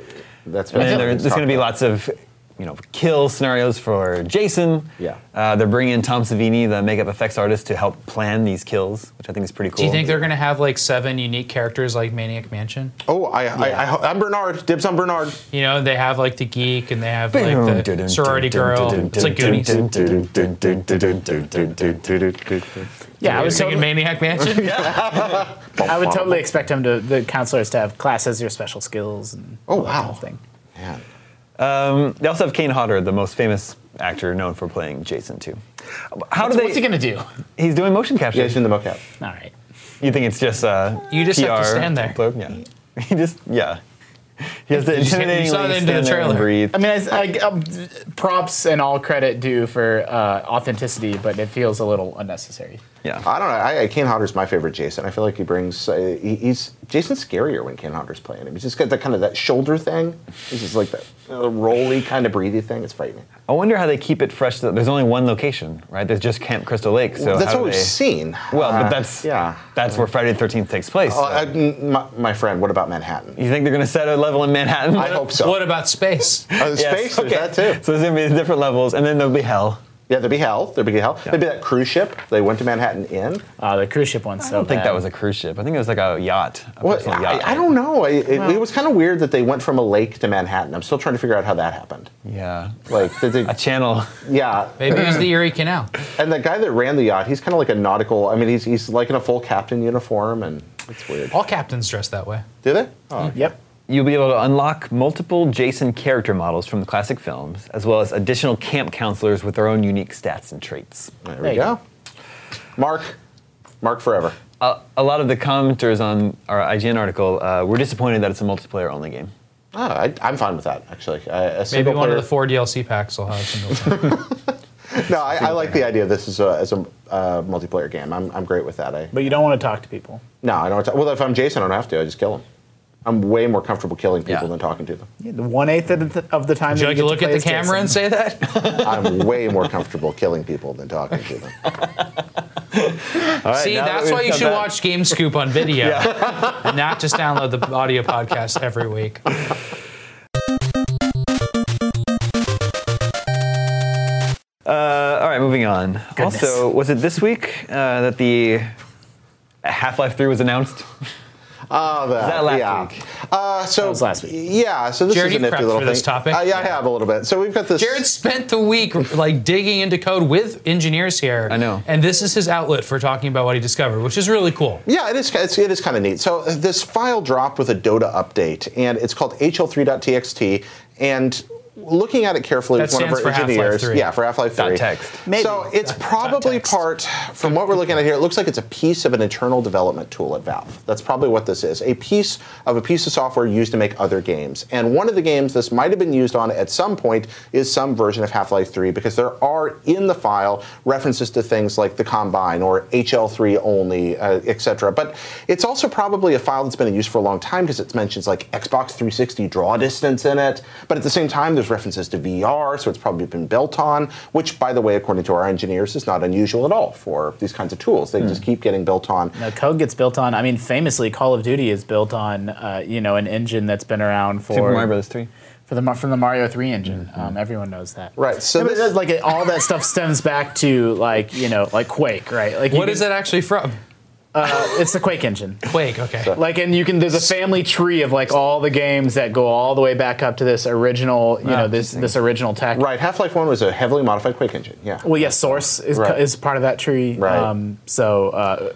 That's
And then there- there's going to be lots of, you know, kill scenarios for Jason.
Yeah.
Uh, they're bringing in Tom Savini, the makeup effects artist, to help plan these kills, which I think is pretty cool.
Do you think they're going to have like seven unique characters like Maniac Mansion?
Oh, I, I, I, ho- I'm Bernard. Dibs on Bernard.
You know, they have like the geek and they have like the sorority girl. It's like Goonies.
Yeah, I
You're
was
thinking
totally,
Maniac Mansion?
I would totally expect him to the counselors to have classes or special skills and
Oh,
all that kind
wow.
of thing.
Man.
Um, they also have Kane Hodder, the most famous actor known for playing Jason too. How do
So
they?
what's he gonna do? All
he's doing motion capture.
Jason the mocap.
right.
You think it's just uh,
You just
PR
have to stand there.
blurb? Yeah. [LAUGHS] He just yeah. He has to
You just- you
intimidatingly
saw the
stand
end of the
there and
trailer.
breathe.
I mean, I, I, um, props and all credit due for uh, authenticity, but it feels a little unnecessary.
Yeah.
I don't know. I, I Kane Hodder's my favorite Jason. I feel like he brings. Uh, he, he's Jason's scarier when Kane Hodder's playing him. He's just got that kind of that shoulder thing. He's just like that uh, rolly kind of breathy thing. It's frightening.
I wonder how they keep it fresh. that There's only one location, right? There's just Camp Crystal Lake. So
That's
how
what
do
we've
they-
seen.
Well,
Uh,
but that's
yeah.
That's where Friday the Thirteenth takes place.
Oh, I-
so.
m- my, my friend, what about Manhattan?
you think they're gonna set a level in Manhattan?
I hope so.
What about space?
Uh,
[LAUGHS] Yes,
space, there's that too.
So there's gonna be different levels, and then there'll be hell.
Yeah, there'd be hell. There'd be hell. There'd be that cruise ship. They went to Manhattan Inn.
Uh, the cruise ship one.
I don't think that was a cruise ship. I think it was like a yacht. A
What,
personal yacht.
I, I don't know. I, it, it was kind of weird that they went from a lake to Manhattan. I'm still trying to figure out how that happened.
Yeah.
Like,
[LAUGHS]
did
A
they,
channel.
yeah.
Maybe it was the Erie Canal.
And the guy that ran the yacht, he's kind of like a nautical. I mean, he's he's like in a full captain uniform, and it's weird.
All captains dress that way.
Do they? Oh,
Yep.
You'll be able to unlock multiple Jason character models from the classic films, as well as additional camp counselors with their own unique stats and traits.
there
There
we
you
go. Mark, Mark forever.
Uh, a lot of the commenters on our IGN article uh, were disappointed that it's a multiplayer only game.
Oh, I, I'm fine with that actually. I, a
Maybe
single
one of
player-
the four DLC packs will have some.
No, I, I like the idea. of This is a, as a uh, multiplayer game. I'm, I'm great with that. I
But you don't want to talk to people.
no, I don't. Well, if I'm Jason, I don't have to. I just kill him. I'm way more comfortable killing people
Yeah.
than talking to them.
The one eighth of the, of the time.
Would you
that
like to look
get
at
play
the
as
camera
Jason.
and say that?
I'm way more comfortable killing people than talking to them.
See,
now that
that's
we've
why you
done
should
that-
watch Game Scoop on video and not just download the audio podcast every week.
Uh, all right, moving on.
Goodness.
Also, was it this week uh, that the Half Life 3 was announced?
Oh, that,
that last
yeah.
week?
Uh, so
was last week.
Yeah. So this
Jared,
is a
you
nifty
prepped
little
for
thing.
this topic?
Uh, yeah, I have a little bit. So we've got this.
Jared spent the week like digging into code with engineers here.
I know.
And this is his outlet for talking about what he discovered, which is really cool.
Yeah, it is. It's, it is kind of neat. So uh, this file dropped with a Dota update, and it's called HL3.txt. And looking at it carefully
That
with one of
stands
our
for Half-Life
engineers,
3.
yeah, for Half-Life 3.
text.
So it's probably
text.
part, from what we're looking at here, it looks like it's a piece of an internal development tool at Valve. That's probably what this is. A piece of a piece of software used to make other games. And one of the games this might have been used on at some point is some version of Half-Life 3 because there are in the file references to things like the Combine or HL3 only, uh, etc. But it's also probably a file that's been in use for a long time because it mentions like Xbox 360 draw distance in it. But at the same time, there's references to VR, so it's probably been built on, which, by the way, according to our engineers, is not unusual at all for these kinds of tools. They
Hmm.
just keep getting built on.
The code gets built on. I mean, famously, Call of Duty is built on uh, you know an engine that's been around for
Super Mario Brothers 3.
for the Mar- from the Mario Three engine. Um, everyone knows that,
Mm-hmm. Right, so
So
this-
like it- all that stuff stems back to like you know like Quake, right? Like you
What
can-
is that actually from?
Uh, it's the Quake engine.
Quake, okay.
Like, and you can there's a family tree of like all the games that go all the way back up to this original, you know, this this original tech.
Ah, Right, Half-Life 1 was a heavily modified Quake engine, yeah.
Well, yes, Source is,
Right.
is part of that tree.
Right.
so uh,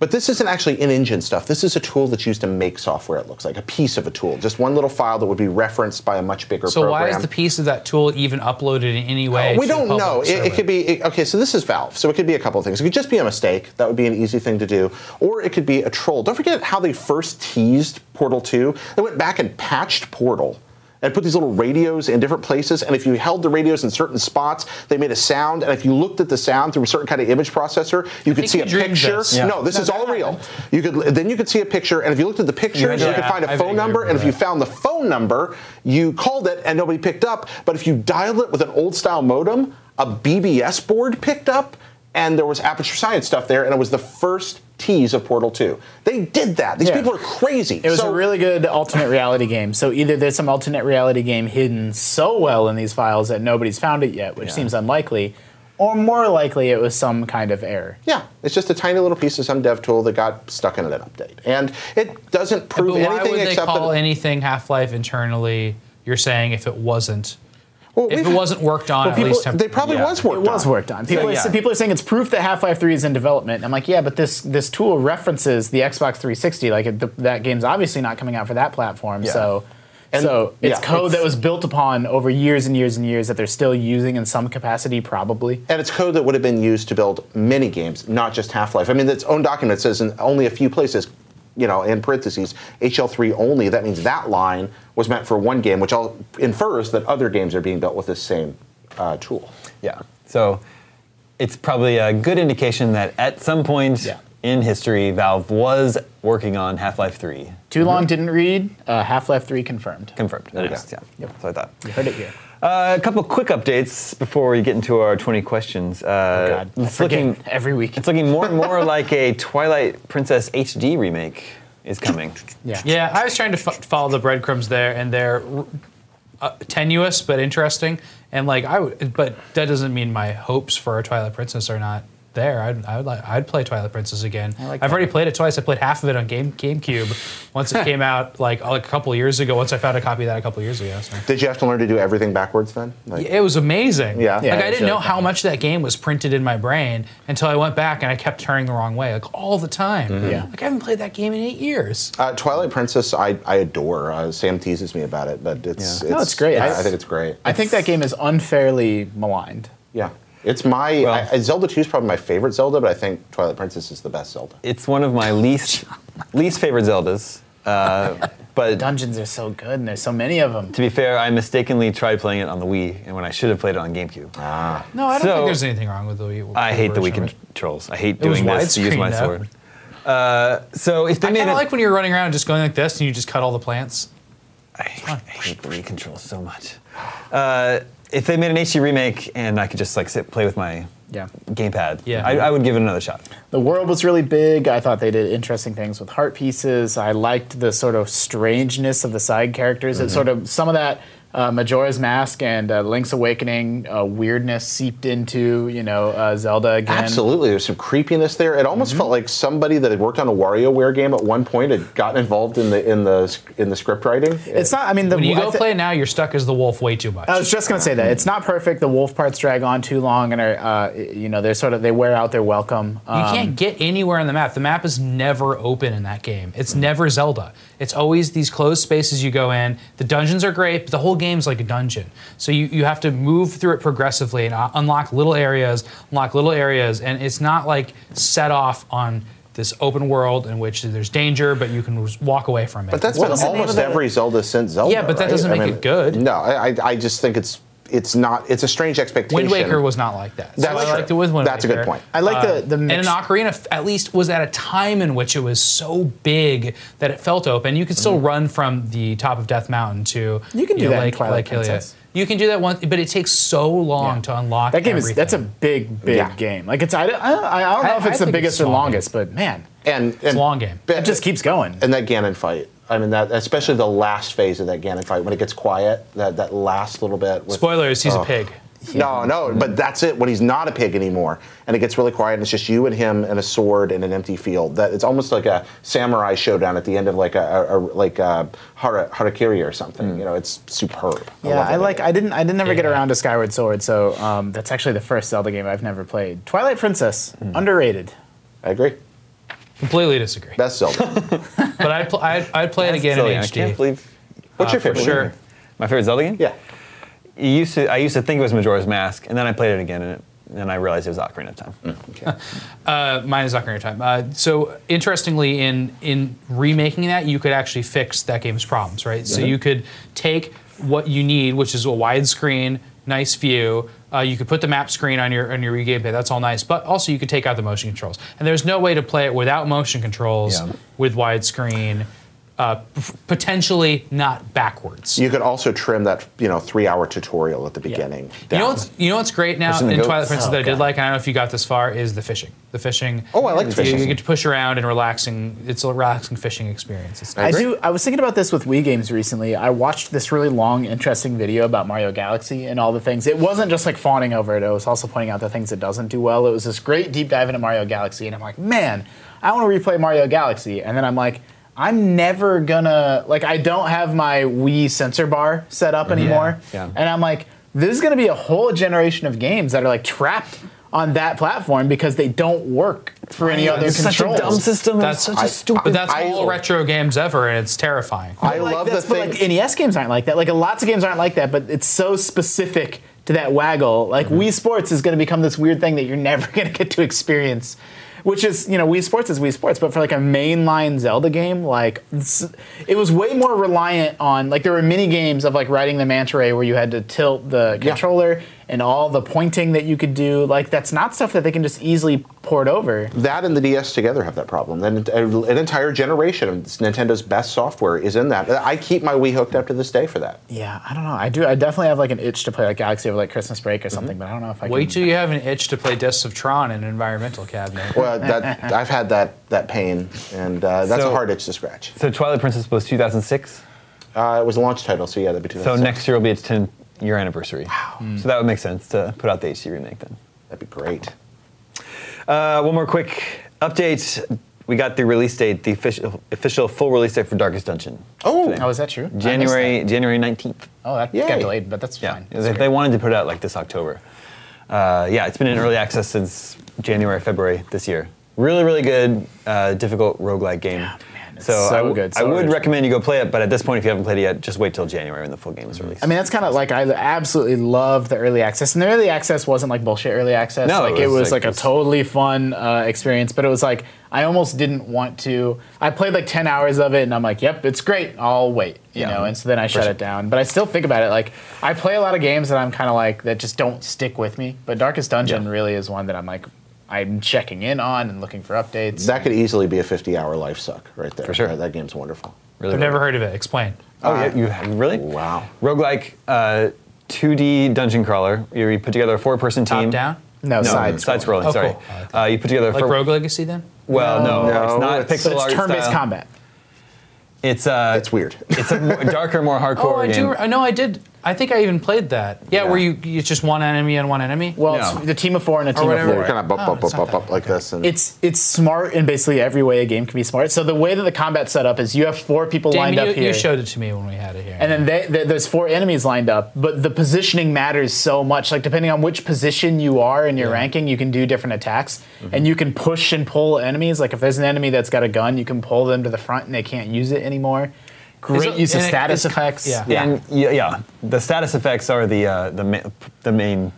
But this isn't actually in-engine stuff. This is a tool that's used to make software, it looks like, a piece of a tool. Just one little file that would be referenced by a much bigger
So
program. Oh,
why is the piece of that tool even uploaded in any way?
we
to the
don't
public
know. It, it
server?
could be it- okay. So this is Valve. So it could be a couple of things. It could just be a mistake. That would be an easy thing to do. Or it could be a troll. Don't forget how they first teased Portal 2. They went back and patched Portal. and put these little radios in different places. And if you held the radios in certain spots, they made a sound. And if you looked at the sound through a certain kind of image processor, you could
think
see
you
a
dreamed
picture.
this. Yeah.
No, this
No,
is
that [LAUGHS]
all real. You could then you could see a picture, and if you looked at the picture, you
Yeah,
could find a
I vaguely
phone number. And if you
remember
found the phone number, you called it, and nobody picked up. But if you dialed it with an old style modem, a BBS board picked up, and there was Aperture Science stuff there, and it was the first tease of Portal 2. They did that. These
Yeah.
people are crazy.
It was
So-
a really good alternate reality game. So either there's some alternate reality game hidden so well in these files that nobody's found it yet, which seems unlikely, or more likely it was some kind of error.
Yeah, it's just a tiny little piece of some dev tool that got stuck in an update, and it doesn't
But
prove
why
anything
would they
except
call
that.
anything Half Life internally? You're saying if it wasn't,
well,
if it
we've-
wasn't worked on,
well, people,
at least temp-
they probably
yeah.
was worked.
It was
on.
worked on. People,
So, yeah.
are, people are saying it's proof that Half-Life 3 is in development. I'm like, yeah, but this this tool references the Xbox 360. Like it, the, that game's obviously not coming out for that platform.
Yeah.
So, so it's
yeah,
code
it's-
that was built upon over years and years and years that they're still using in some capacity, probably.
And it's code that would have been used to build many games, not just Half Life. I mean, its own document says in only a few places, you know, in parentheses, HL3 only. That means that line was meant for one game, which all infers that other games are being built with this same uh, tool.
Yeah. So it's probably a good indication that at some point
Yeah.
in history, Valve was working on Half Life 3.
Too
Mm-hmm.
long didn't read. Uh, Half-Life 3 confirmed.
Confirmed. That is,
Okay.
yeah. So I thought.
You heard it here.
Uh, a couple quick updates before we get into our 20 questions. Uh,
Oh, [LAUGHS] God, I forget every week.
It's looking more and
[LAUGHS]
more like a Twilight Princess HD remake is coming.
Yeah.
Yeah, I was trying to f- follow the breadcrumbs there, and they're uh, tenuous but interesting. And like I, would, but that doesn't mean my hopes for a Twilight Princess are not there. I'd, I would like, I'd play Twilight Princess again. I
like
have
that.
already played it twice. I played half of it on Game GameCube once
[LAUGHS]
it came out, like, a couple years ago. Once I found a copy of that a couple years ago. so.
Did you have to learn to do everything backwards then? Like,
It was amazing.
Yeah. Yeah,
like I
it's
didn't know
really
how much that game was printed in my brain until I went back and I kept turning the wrong way, like all the time.
Yeah.
Like I haven't played that game in eight years.
Uh, Twilight Princess, I, I adore. Uh, Sam teases me about it, but it's,
Yeah.
No, it's great.
I,
I-
I think it's great.
I think that game is unfairly maligned.
yeah, it's my
Well-
I, I- Zelda Two is probably my favorite Zelda, but I think Twilight Princess is the best Zelda.
It's one of my least least favorite Zeldas.
[LAUGHS]
Uh, but
Dungeons are so good, and there's so many of them.
to be fair, I mistakenly tried playing it on the Wii, and when I should have played it on GameCube.
No, I don't
So-
think there's anything wrong with the Wii.
I hate the Wii
version of it.
controls. I hate
was
doing this to use
widescreen,
my
though.
sword. Uh, so if they
I
made
kind
it,
of like when you're running around just going like this and you just cut all the plants.
I, I hate the Wii controls so much. Uh, if they made an HD remake and I could just like sit play with my
Yeah.
gamepad,
Yeah.
I, I would give it another shot.
The world was really big. I thought they did interesting things with heart pieces. I liked the sort of strangeness of the side characters. It sort of some of that uh, Majora's Mask and uh, Link's Awakening uh, weirdness seeped into you know uh, Zelda again.
Absolutely, there's some creepiness there. It almost
Mm-hmm.
felt like somebody that had worked on a WarioWare game at one point had gotten involved in the in the sc- in the script writing.
It's not. I mean, the
When you
I
go
thi-
play now, you're stuck as the wolf way too much.
I was just gonna say that it's not perfect. The wolf parts drag on too long, and are uh, you know they're sort of they wear out their welcome.
you
Um,
can't get anywhere on the map. The map is never open in that game. It's never Zelda. It's always these closed spaces you go in. The dungeons are great, but the whole game's like a dungeon. So you, you have to move through it progressively and uh, unlock little areas, unlock little areas, and it's not like set off on this open world in which there's danger, but you can just walk away from it.
But that's
What
been
was the name of
almost
that-
every Zelda since Zelda.
Yeah, but that
right?
doesn't make it good.
No, I, I I just think it's it's not it's a strange expectation.
Wind Waker was not like that. So
That's
I
true.
liked it with Wind
That's a good
Waker.
point.
I like the the
Uh, And an
mix-
ocarina, f- at least, was at a time in which it was so big that it felt open. You could still run from the top of Death Mountain to
You can do that in
Lake, Lake
Twilight
Hylia.
Princess.
You can do that once, but it takes so long
Yeah.
to unlock.
That game is that's a
everything.
big, big
Yeah.
game. Like it's I, don't- I, don't- I don't know
I-
if it's
I
the
think
biggest
it's
or
small
longest, but man,
and, and
a long game.
it just keeps going.
and that Ganon fight. I mean that especially the last phase of that Ganon fight when it gets quiet. That that last little bit. With, Oh.
spoilers. He's a pig.
No, no, but that's it. When he's not a pig anymore, and it gets really quiet, and it's just you and him and a sword in an empty field. That it's almost like a samurai showdown at the end of like a, a, a like a hara, harakiri or something. You know, it's superb.
yeah,
love
I
that
like.
game.
I didn't. I didn't ever get
Yeah.
around to Skyward Sword, so um, that's actually the first Zelda game I've never played. Twilight Princess, underrated.
I agree.
Completely disagree.
Best Zelda.
but I'd, pl- I'd, I'd play it again
Silly,
in
I
HD.
can't believe.
What's your
Uh, for
favorite?
sure.
My favorite Zelda game?
Yeah.
You used to, I used to think it was Majora's Mask, and then I played it again, and, it, and I realized it was Ocarina of Time.
Uh, mine is Ocarina of Time. Uh, so interestingly, in in remaking that, you could actually fix that game's problems, right? So you could take what you need, which is a widescreen, nice view. Uh, you could put the map screen on your on your gameplay. That's all nice, but also you could take out the motion controls. And there's no way to play it without motion controls
Yeah.
with widescreen, uh, p- potentially not backwards.
You could also trim that you know three hour tutorial at the beginning.
You know
down.
what's you know what's great now
Pushing the
in
goats.
Twilight Princess
Oh,
that I did
God.
like, and I don't know if you got this far, is the fishing. The fishing.
Oh, I like
you-
fishing.
You get to push around and relaxing. It's a relaxing fishing experience. It's
I
agree.
do. I was thinking about this with Wii games recently. I watched this really long, interesting video about Mario Galaxy and all the things. It wasn't just like fawning over it. It was also pointing out the things it doesn't do well. It was this great deep dive into Mario Galaxy, and I'm like, man, I want to replay Mario Galaxy. And then I'm like, I'm never gonna like. I don't have my Wii sensor bar set up anymore,
Yeah.
and I'm like, there's gonna be a whole generation of games that are like trapped on that platform because they don't work for any other
It's such a
controls.
dumb system. That's
That's-
such
I-
a stupid.
But that's
I-
all retro games ever, and it's terrifying.
I
like,
love the
that's-
thing.
but, Like NES games aren't like that. Like lots of games aren't like that. But it's so specific to that waggle. Like Wii Sports is going to become this weird thing that you're [LAUGHS] never going to get to experience. Which is, you know, Wii Sports is Wii Sports, but for like a mainline Zelda game, like s- it was way more reliant on like there were mini games of like riding the manta ray where you had to tilt the controller and all the pointing that you could do. Like that's not stuff that they can just easily port over.
that and the DS together have that problem. Then an entire generation of Nintendo's best software is in that. I keep my Wii hooked up to this day for that.
Yeah, I don't know. I do. I definitely have like an itch to play like Galaxy over like Christmas break or something, but I don't know if I
Wait
can.
till you have an itch to play Discs of Tron in an environmental cabinet.
Well, that I've had that that pain, and uh, that's
So-
a hard itch to scratch.
[LAUGHS] so Twilight Princess was 2006.
Uh, it was a launch title, so yeah, that'd be two.
So next year will be its 10 year anniversary. So that would make sense to put out the HD remake then.
that'd be great.
Uh, one more quick update. We got the release date, the official, official full release date for Darkest Dungeon.
Oh,
Today.
Oh, is that true? I missed
January January 19th.
Oh, that
Yay.
got delayed, but that's
Yeah,
fine.
they, they wanted to put it out like this October. Uh, yeah, it's been in early access since January, February this year. Really, really good, uh, difficult roguelike game.
man, it's
I
so
w-
good,
I
so
would
original.
recommend you go play it, but at this point, if you haven't played it yet, just wait till January when the full game is released.
I mean, that's kind of like I absolutely love the early access, and the early access wasn't like bullshit early access.
No, it
like it was,
was, like,
like,
it
a
was-
totally fun uh, experience, but it was like I almost didn't want to. I played like ten hours of it, and I'm like, "Yep, it's great. I'll wait," you
Yeah.
know. And so then I shut
sure.
it down. But I still think about it. Like I play a lot of games that I'm kind of like that just don't stick with me. But Darkest Dungeon
Yeah.
really is one that I'm like I'm checking in on and looking for updates.
that could easily be a 50-hour life suck right there.
For sure.
That, that game's wonderful.
really,
I've
really
never heard of it. Explain.
Oh, yeah, you have, really?
Wow.
Roguelike uh, 2D dungeon crawler. You, you put together a four person
Top
team.
down.
No,
no, side
side
scroll.
scrolling,
Oh,
sorry.
cool. I like
Uh, you put together a
Like
four.
Rogue Legacy then?
well, no,
No,
it's not
it's-
pixel
But
art.
it's turn-based
style.
combat.
It's, uh,
That's weird.
it's a more, darker, more hardcore
[LAUGHS] Oh, I
game.
do. I know. I did. I think I even played that. Yeah,
Yeah.
where you it's just one enemy and one enemy.
Well,
No.
it's the team of four and a team of
whatever.
four.
They're kind of bump,
Oh,
bump,
it's
bump,
not
bump,
that
up like this, and
It's it's smart in basically every way a game can be smart. So the way that the combat's set up is you have four people
Damien,
lined
you,
up here,
you showed it to me when we had it here.
and then they, they, there's four enemies lined up. But the positioning matters so much. Like depending on which position you are in your ranking, you can do different attacks, and you can push and pull enemies. Like if there's an enemy that's got a gun, you can pull them to the front, and they can't use it anymore. Great
it-
use of
and it-
status
it's-
effects.
yeah.
And yeah, yeah, the status effects are the uh, the ma- the main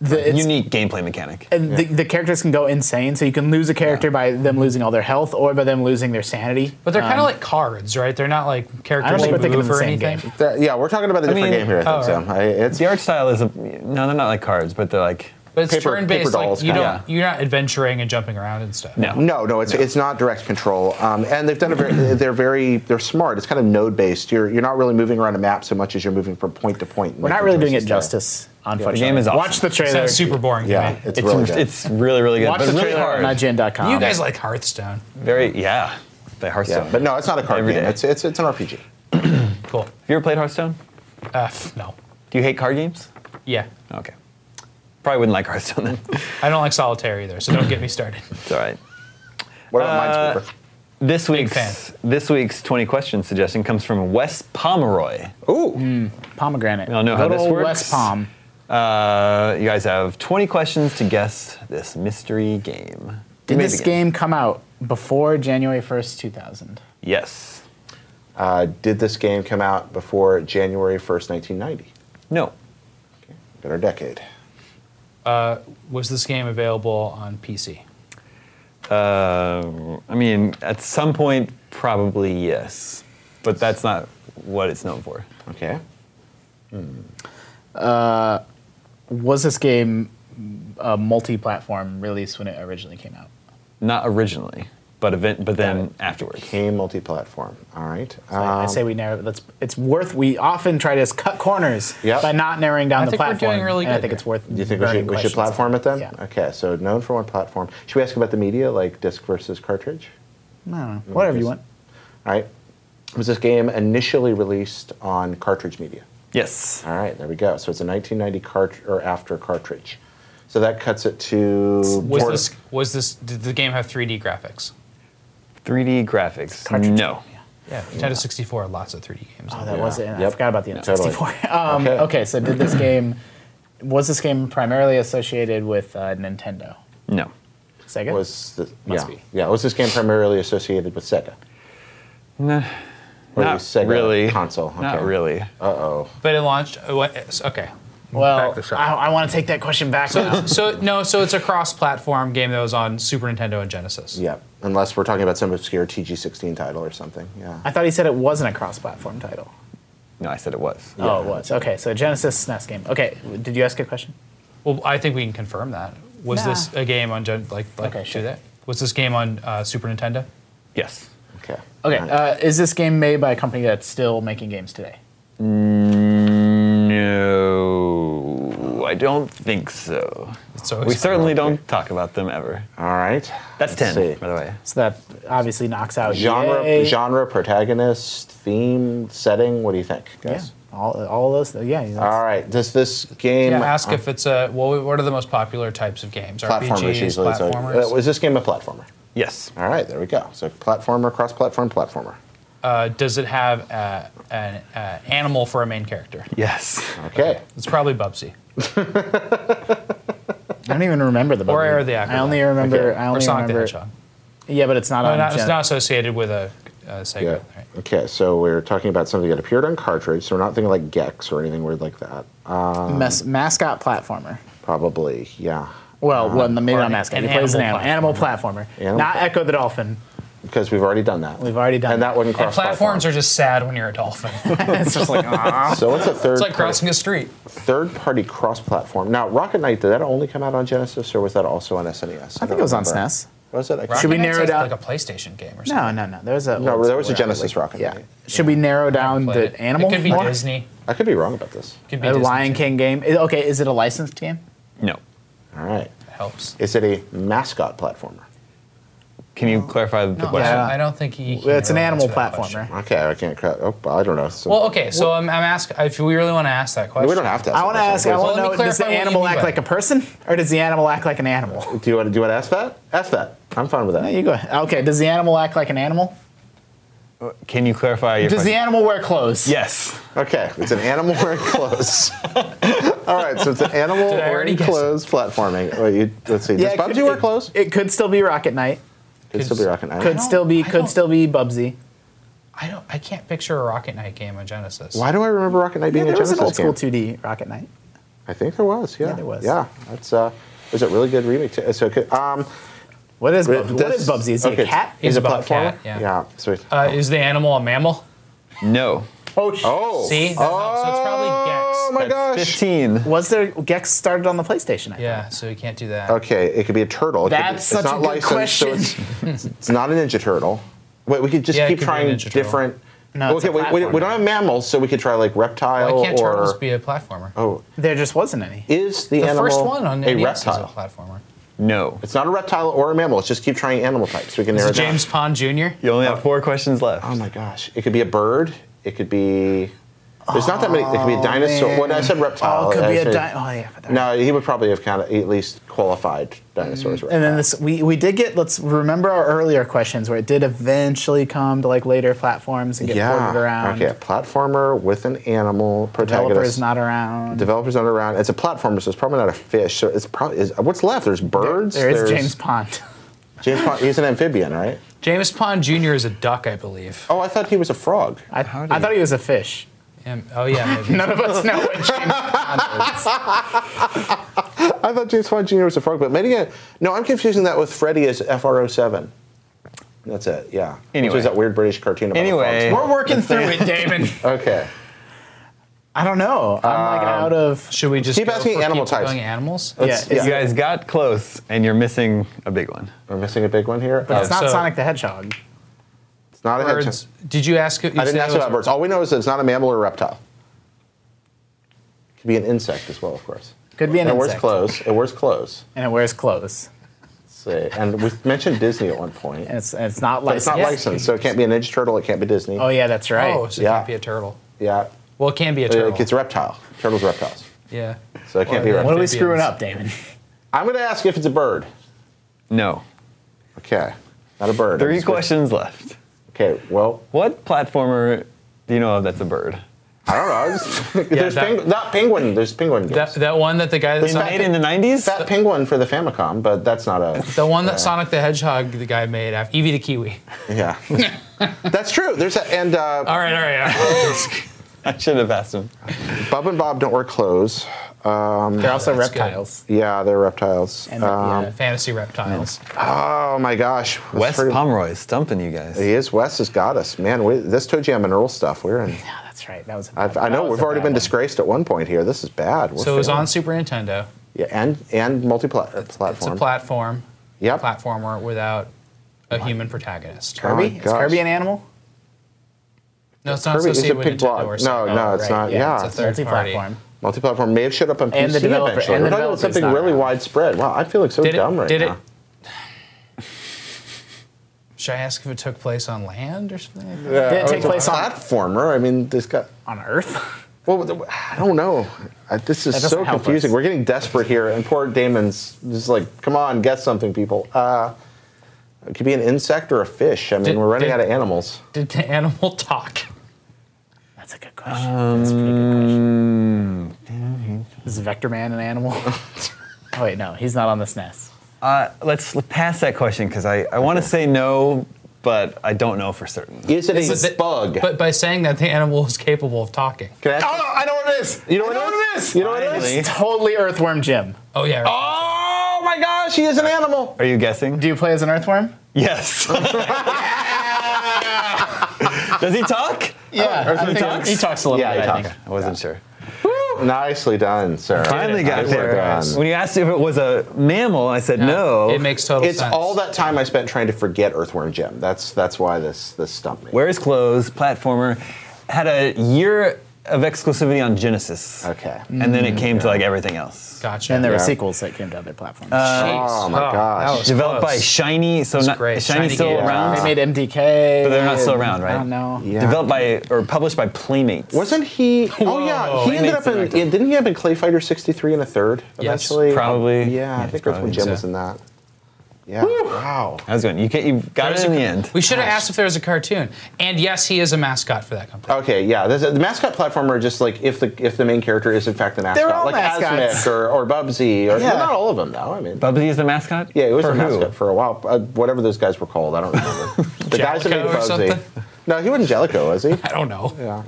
The- it's-
unique gameplay mechanic.
And the, the characters can go insane, so you can lose a character by them losing all their health or by them losing their sanity. Um,
but they're kind of like cards, right? They're not like characters
think
you
we're thinking
move
of the
or
same
anything.
game.
that- yeah, we're talking about a different
mean-
game here. I think
Oh,
so.
right.
I, it's
The art style is a no, they're not like cards, but they're like
But it's
Paper-
turn-based.
paper
like
dolls
you don't,
kinda.
you're not adventuring and jumping around and stuff.
no.
No, no, it's it's not direct control, um, and they've done a very they're very they're smart. It's kind of node based. You're you're not really moving around a map so much as you're moving from point to point.
We're not really doing it justice, unfortunately.
game is awesome.
Watch the
It
trailer.
sounds super boring. to
Yeah,
me.
it's,
It's,
really good.
it's really really good.
Watch
but
the
really
trailer
hard.
on IGN.com.
you guys like Hearthstone.
Very yeah. By Hearthstone.
yeah, but no, it's not a card
Every
game.
day.
It's it's it's an RPG.
Cool.
Have you ever played Hearthstone?
Uh, pff, no.
Do you hate card games?
Yeah.
Okay. Probably wouldn't like Hearthstone then. [LAUGHS]
I don't like solitaire either, so don't get me started.
[LAUGHS]
it's all right.
What about
Uh,
Minesweeper?
This week's
fan.
this week's 20 question suggestion comes from Wes Pomeroy.
Ooh,
Pomegranate.
all know how
Good
this
old
works.
West Palm.
Uh, you guys have 20 questions to guess this mystery game. You
Did
may
this
begin.
game come out before January 1st, 2000?
Yes.
uh, did this game come out before January first, nineteen ninety?
No.
Better decade.
Was this game available on PC?
Uh, I mean, at some point, probably yes, but that's not what it's known for.
Okay.
Was this game a multi-platform release when it originally came out?
Not originally, but event, but then afterwards.
Came multi-platform. All right.
I
Um,
say we narrow. Let's. It's worth. We often try to cut corners
Yep.
by not narrowing down
I
the
think we're
platform.
doing really
and I
good
think
here.
it's worth.
do you think we should, we should platform it then?
Yeah.
Okay, so known for one platform. Should we ask about the media, like disc versus cartridge?
I don't know. Whatever you want.
All right. Was this game initially released on cartridge media?
Yes.
All right, there we go. So it's a 1990 cart or after cartridge. So that cuts it to
Was
port-
this was this did the game have 3D graphics?
3D graphics. No.
Yeah, Nintendo 64 lots of 3D games.
Oh, that was it. I
Yep.
forgot about the N64.
Totally.
[LAUGHS] Um,
Okay.
okay. so did this game? Was this game primarily associated with uh, Nintendo?
No.
Sega.
was the,
Must
yeah
be.
yeah was this game primarily associated with Sega? Or
Not
the Sega
really.
console.
Not
okay.
really.
But it launched. uh, what- Okay.
well,
this up.
I, I want to take that question back. now.
So, so no, so it's a cross-platform game that was on Super Nintendo and Genesis.
Yeah, unless we're talking about some obscure TG16 title or something. Yeah.
I thought he said it wasn't a cross-platform title.
No, I said it was.
Oh, it was. Okay, so Genesis SNES game. Okay, did you ask a question?
Well, I think we can confirm that. Was
Nah.
this a game on Gen like like
Okay,
do
sure.
that? Was this game on uh, Super Nintendo?
Yes.
Okay.
Okay,
All right.
uh, is this game made by a company that's still making games today?
Mm, No, I don't think so.
It's so
We
exciting.
certainly don't talk about them ever.
All right.
That's 10,
Let's see.
by the way.
So that obviously knocks out E
Genre,
EA.
genre, protagonist, theme, setting. What do you think,
Yeah,
guys?
all, all those. Yeah. that's-
All right. Does this game?
Yeah, ask if it's a. Well, what are the most popular types of games?
platformers
RPGs,
usually. so-
platformers.
uh, was this game a platformer?
Yes.
All right. There we go. So platformer, cross-platform, platformer.
uh, does it have uh, an uh, animal for a main character?
Yes.
Okay.
It's probably Bubsy.
I don't even remember the.
Or
button.
Air the
I
Acrobat.
only remember.
Okay.
I
Or
only
Sonic the
remember.
Hedgehog.
yeah, but it's not
No,
on.
not,
Gen-
it's not associated with a uh, Sega.
Yeah.
Right.
Okay. So we're talking about something that appeared on cartridge. So we're not thinking like Gex or anything weird like that. Uh,
mas- mascot platformer.
probably. Yeah.
Well, well, maybe not mascot.
Uh-huh. an
he plays an
animal
animal. Animal platformer.
Animal
not
plat-
Echo the Dolphin. [LAUGHS]
Because we've already done that.
We've already done
And that
that.
wouldn't
And
cross
platforms are just sad when you're a
[LAUGHS]
dolphin. it's
it's just
[LAUGHS]
like ah.
So what's a third?
like
party-
crossing a street.
third party cross platform. Now, Rocket Knight, did that only come out on Genesis or was that also on E SNES?
I think it was on E
remember.
SNES.
Was it? I can't-
Should we
Rocket Knight's
narrow
like-
down-
like a PlayStation game or
No,
something?
no, no. There was a.
No, there was a
where-
Genesis Rocket
Yeah.
Knight.
Should we narrow down
Play
the
it.
animal?
It could be
more?
Disney.
I could be wrong about this.
It could be
A
Disney.
Lion King game. I- Okay, is it a licensed game?
No.
All right.
helps.
Is it a mascot platformer?
Can you clarify the
No,
question?
I, don't, I don't think he. can
It's an
really
animal
answer that question.
platformer.
Okay, I can't. Cra- oh, I don't know. So-
Well, oh, okay, so I'm, I'm asking if we really want to ask that question.
we don't have to. Ask
I want to
that
ask. I
question.
want to
Well, let
know:
me
Does the
clarify what you
animal
mean
act
by
like a person, or does the animal act like an animal?
Do you want to do you want to ask that? Ask that. I'm fine with that.
You go. ahead. Okay. Does the animal act like an animal?
Can you clarify your
Does the
question?
animal wear clothes?
yes.
Okay, it's an animal wearing clothes. [LAUGHS] All right, so it's an animal
Did I already
wearing
guess it?
clothes platforming. Wait, you, let's see.
Yeah,
Does Bubsy wear
it-
clothes?
It could still be Rocket Knight.
Could still be Rocket Knight.
Could
don't-
still be.
I
Could
don't-
still be Bubsy.
I don't. I can't picture a Rocket Knight game on Genesis.
Why do I remember Rocket Knight
Yeah,
being a
there was
Genesis
an old
game?
school 2D Rocket Knight.
I think there was. Yeah,
there was.
Yeah, that's uh, was a really good remake. To, so, it could- um,
What is
But
Bubsy? What
this-
is Bubsy? Is he
okay.
a cat?
He's
is it
about
platformer?
a cat, yeah.
yeah, sweet.
Uh, is the animal a mammal?
No.
Oh, sh-
oh,
See, that helps. So it's
oh
probably Gex.
my
That's
gosh.
15.
was there Gex started on the PlayStation? I
Yeah, so we can't do that.
Okay, it could be a turtle. It could be-
That's such
it's
a
not
good
licensed,
question.
So it's, it's not a Ninja Turtle. Wait, we could just
Yeah, it
keep
could be a
trying
Ninja Turtle.
different.
No, it's
okay,
a
wait, we, we
platformer.
don't have mammals, so we could try like reptile
Why can't
or.
turtles be a platformer?
oh,
There just wasn't any.
is the,
the
animal
first one on
a
NES is a
reptile?
platformer.
No.
It's not a reptile or a mammal. Let's just keep trying animal types. We can
Is
narrow
it
it down.
James Pond Jr.?
You only have four questions left.
Oh my gosh! It could be a bird. It could be. There's not that many. It could be a dinosaur. When I said reptile,
Oh, it could
I
be a
said-
di- Oh, yeah. But there-
No, he would probably have kind of at least qualified dinosaurs.
And then this, we, we did get. Let's remember our earlier questions where it did eventually come to like later platforms and get ported
yeah.
around.
Okay, a platformer with an animal protagonist.
Developers not around.
Developers not around. It's a platformer, so it's probably not a fish. So it's probably is, what's left. There's birds.
there is
there's-
James Pond.
James Pond. He's an amphibian, right?
James Pond Jr. is a duck, I believe.
Oh, I thought he was a frog.
I, I thought he was a fish.
Um, Oh, yeah,
[LAUGHS]
maybe.
None of us know what James Bond is.
I thought James Bond Jr. was a frog, but maybe I, no. I'm confusing that with Freddy as FR07. That's it. Yeah. Which
Anyway.
was that weird British cartoon about the
Anyway.
frogs.
We're working through it, Damon.
Okay.
I don't know. I'm like out of.
Should we just
Keep
go
asking
for
animal
people
types.
Going animals.
Yeah, it's,
You guys got close, and you're missing a big one.
We're missing a big one here.
but it's not
so-
Sonic the Hedgehog.
it's not a hedgehog.
Birds. Did you ask? You
I didn't
said
ask
it was-
about birds. All we know is that it's not a mammal or a reptile. Could be an insect as well, of course.
Could be an
and it wears
insect.
clothes. It wears clothes.
And it wears clothes.
Let's see. And we mentioned Disney at one point.
And it's, and it's not
But
like.
it's not licensed, so it can't be a Ninja Turtle. It can't be Disney.
Oh, yeah, that's right.
Oh, so it
Yeah.
can't be a turtle.
yeah.
Well, it can be a
Uh,
turtle.
It's a reptile. Turtles are reptiles.
yeah.
So it can't
Or
be a
the-
reptile.
what are we
amphibians.
screwing up, Damon?
I'm going to ask if it's a bird.
No.
Okay. Not a bird.
Three
It's a bird.
questions left.
Okay. Well,
What platformer do you know of that's a bird?
I don't know. I
[LAUGHS]
was- there's
that-
pengu- not penguin. There's penguin.
That,
games.
that one that the guy that
It's not-
Made in the 90s?
Fat penguin for the Famicom, but that's not a. uh,
the one that Sonic the Hedgehog the guy made after Evie the Kiwi. [LAUGHS]
Yeah. that's true. There's a, and uh,
All right, all right. All
[LAUGHS]
right.
I should have asked him.
Bub and Bob don't wear clothes.
They're also
that's good.
reptiles.
Yeah, they're reptiles.
And,
Uh,
yeah.
Fantasy reptiles.
oh my gosh. That's
Wes
pretty-
Pomeroy is stumping you guys.
He is. Wes has got us, man. We, this Toe Jam and Earl stuff. We're in.
Yeah, that's right. That was. a
I've,
bad-
I know
that was
we've
a
already
bad
been
one.
disgraced at one point here. This is bad. We're
So it was
failing.
on Super Nintendo.
Yeah, and and multipla- uh, platform.
It's a platform.
Yep.
Platformer without a human protagonist.
Oh my
Kirby? Is
gosh.
Kirby an animal?
No, it's not
Kirby- it's
associated
a
with
big
Nintendo
block.
or
No,
something.
no, it's not- yeah.
it's
It's
a
a third party.
multi-platform.
Multi-platform may have showed up on
And the
PC
developer-
eventually.
and
We're
the
talking about
developer's
something
not
really
around.
widespread. Wow, I'm feeling so
Did it-
dumb right
did it-
now.
[LAUGHS] Should I ask if it took place on land or something? Like that?
Did it
Oh,
take
it's a
place on,
platformer? I mean, this got.
on Earth? [LAUGHS]
Well, the- I don't know. I, this is
That doesn't
so
help
confusing.
us.
We're getting desperate here, and poor Damon's just like, "Come on, guess something, people." Uh, it could be an insect or a fish. I mean,
Did-
we're running
did-
out of animals.
Did the animal talk?
That's a good question. That's a pretty good question.
Um, [LAUGHS]
Is Vector Man an animal? [LAUGHS] oh wait, no, he's not on the SNES.
Uh, let's l- pass that question because I, I want to say no, but I don't know for certain.
Is it
But
a
the-
bug?
But by saying that, the animal is capable of talking.
Can Oh, I ask-
Oh,
I know what it is.
You know what it is? You know what it
Finally.
is?
It's totally Earthworm Jim.
Oh yeah. right.
Oh my gosh, he is an animal.
Are you guessing?
Do you play as an earthworm?
[LAUGHS]
Yes. Does he talk?
Yeah,
Earthworm
Oh, I think
talks?
He talks a little
Yeah,
bit.
he
I think.
talks.
I wasn't sure.
Nicely done, sir.
Finally got
Nicely
there.
done.
When you asked if it was a mammal, I said no.
It makes total
It's
sense.
all that time I spent trying to forget Earthworm Jim. That's that's why this this stumped me.
Wears clothes, platformer, had a year of exclusivity on Genesis.
Okay.
And then it
Mm,
came to like everything else.
Gotcha.
And there were
Yeah.
sequels that came to other platforms.
Jeez.
Oh, my
that
gosh.
was
Developed by
close.
Shiny, so not
great.
is Shiny,
Shiny
still
game.
around.
they made MDK.
But they're not still around, right?
I don't know.
Yeah.
Developed by or published by Playmates.
Wasn't he? oh yeah, he
Playmates
ended up in.
director.
Didn't he end up in Clay Fighter 63 and a third
Yes,
eventually?
probably.
Yeah,
Yeah,
I think
probably.
Earthworm Jim
So-
was in that. Yeah. Wow.
I was going. You can, you got
There's
it in
a-
the end.
We should have asked if there was a cartoon. And yes, he is a mascot for that company.
Okay, yeah. This, the mascot platformer just like if the if the main character is in fact the mascot,
all
like Asmic
mascots.
or, or Bubsy, or
Yeah.
not all of them though. I mean,
Bubsy is the mascot.
yeah, it was
for
a mascot
who?
for a while. Uh, whatever those guys were called, I don't
[LAUGHS]
remember. the guys that made
Jellicoe or
Bubsy.
something?
No, he wasn't Jellicoe, was he?
I don't know.
Yeah.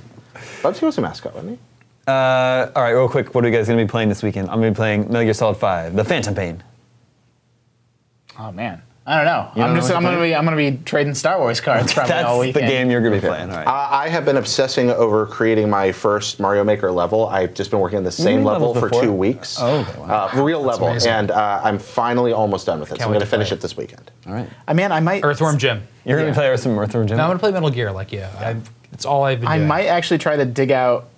Bubsy was a mascot, wasn't he?
Uh, all right, real quick. What are you guys going to be playing this weekend? I'm going to be playing Metal Gear Solid 5, The Phantom Pain.
Oh man, I don't know.
don't
I'm
know
just.
what
I'm
to
gonna
play?
be. I'm gonna be trading Star Wars cards probably all
That's the
weekend.
game you're going to be playing. All right.
Uh, I have been obsessing over creating my first Mario Maker level. I've just been working on the same
made
level
levels
for
before?
two weeks.
Oh, okay, wow.
uh, real level,
amazing.
and uh, I'm finally almost done with it. so I'm
wait
going to
to play
finish
it.
it this weekend.
all right.
I mean, I might.
Earthworm Jim.
You're going to play some Earthworm Jim.
No, I'm gonna play Metal Gear like you. i it's all I've been
I
doing.
might actually try to dig out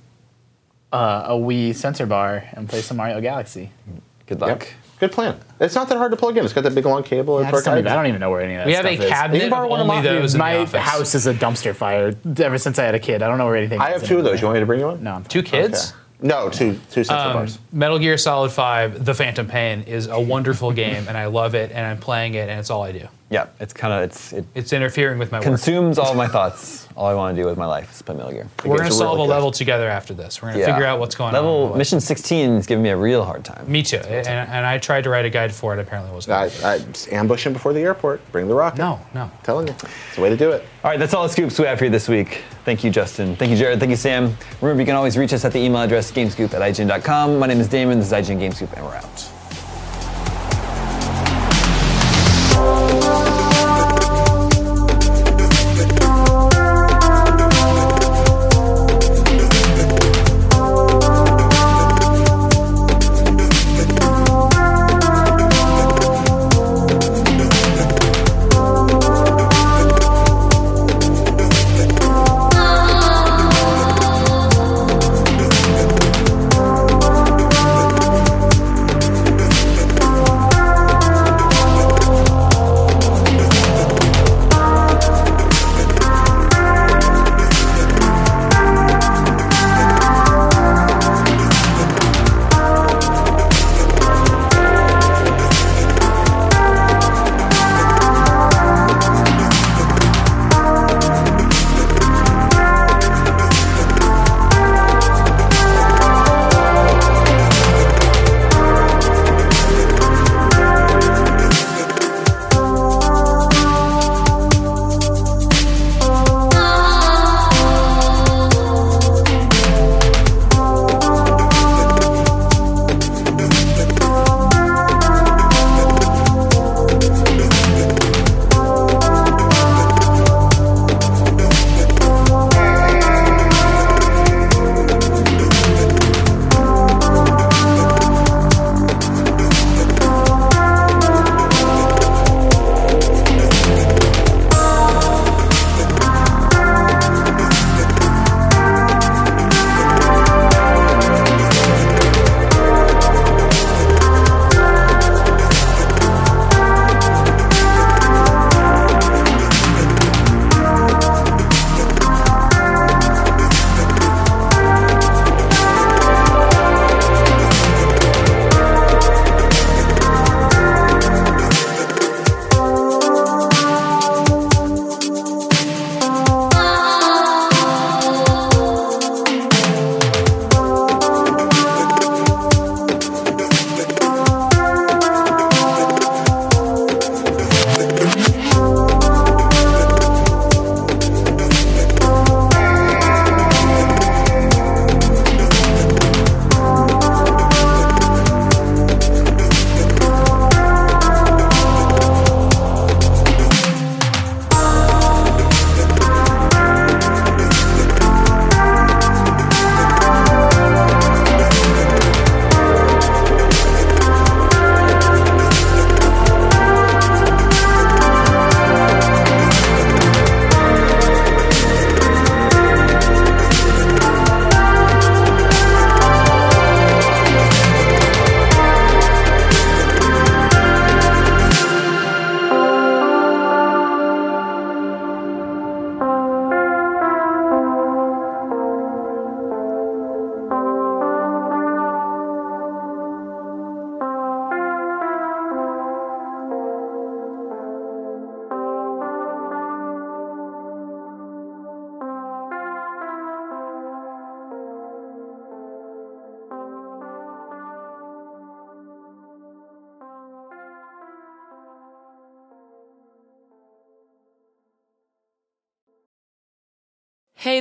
uh, a Wii sensor bar and play some Mario Galaxy.
Good luck.
Good plan. It's not that hard to plug in. It's got that big long cable.
I,
It's
just don't even, I
working.
don't even know where any of that
We have a
stuff is.
cabinet
borrow
of
one of
only
mine.
those in
My
the office.
house is a dumpster fire ever since I had a kid. I don't know where anything
I
is
have two of
anymore.
those. You want me to bring you one?
No, Um, I'm fine.
Two kids.
No, two two sensor bars.
Metal Gear Solid 5, The Phantom Pain is a wonderful game, and I love it, and I'm playing it, and it's all I do.
Yeah, it's kind of it's it
It's interfering with my work.
consumes all my thoughts. All I want to do with my life is play Metal Gear.
We're gonna
It's
solve
really
a
good.
level together after this. We're gonna
Yeah.
figure out what's going on. in
Level
my life.
mission 16 is giving me a real hard time.
Me too. And, and I tried to write a guide for it. Apparently, it wasn't.
I, I just ambush him before the airport. Bring the rocket.
no, no.
telling you, it's the way to do it.
All right, that's all the scoops we have for you this week. Thank you, Justin. Thank you, Jared. Thank you, Sam. Remember, you can always reach us at the email address gamescoop at IGN.com. My name is Damon. This is IGN Gamescoop, and we're out.
Hey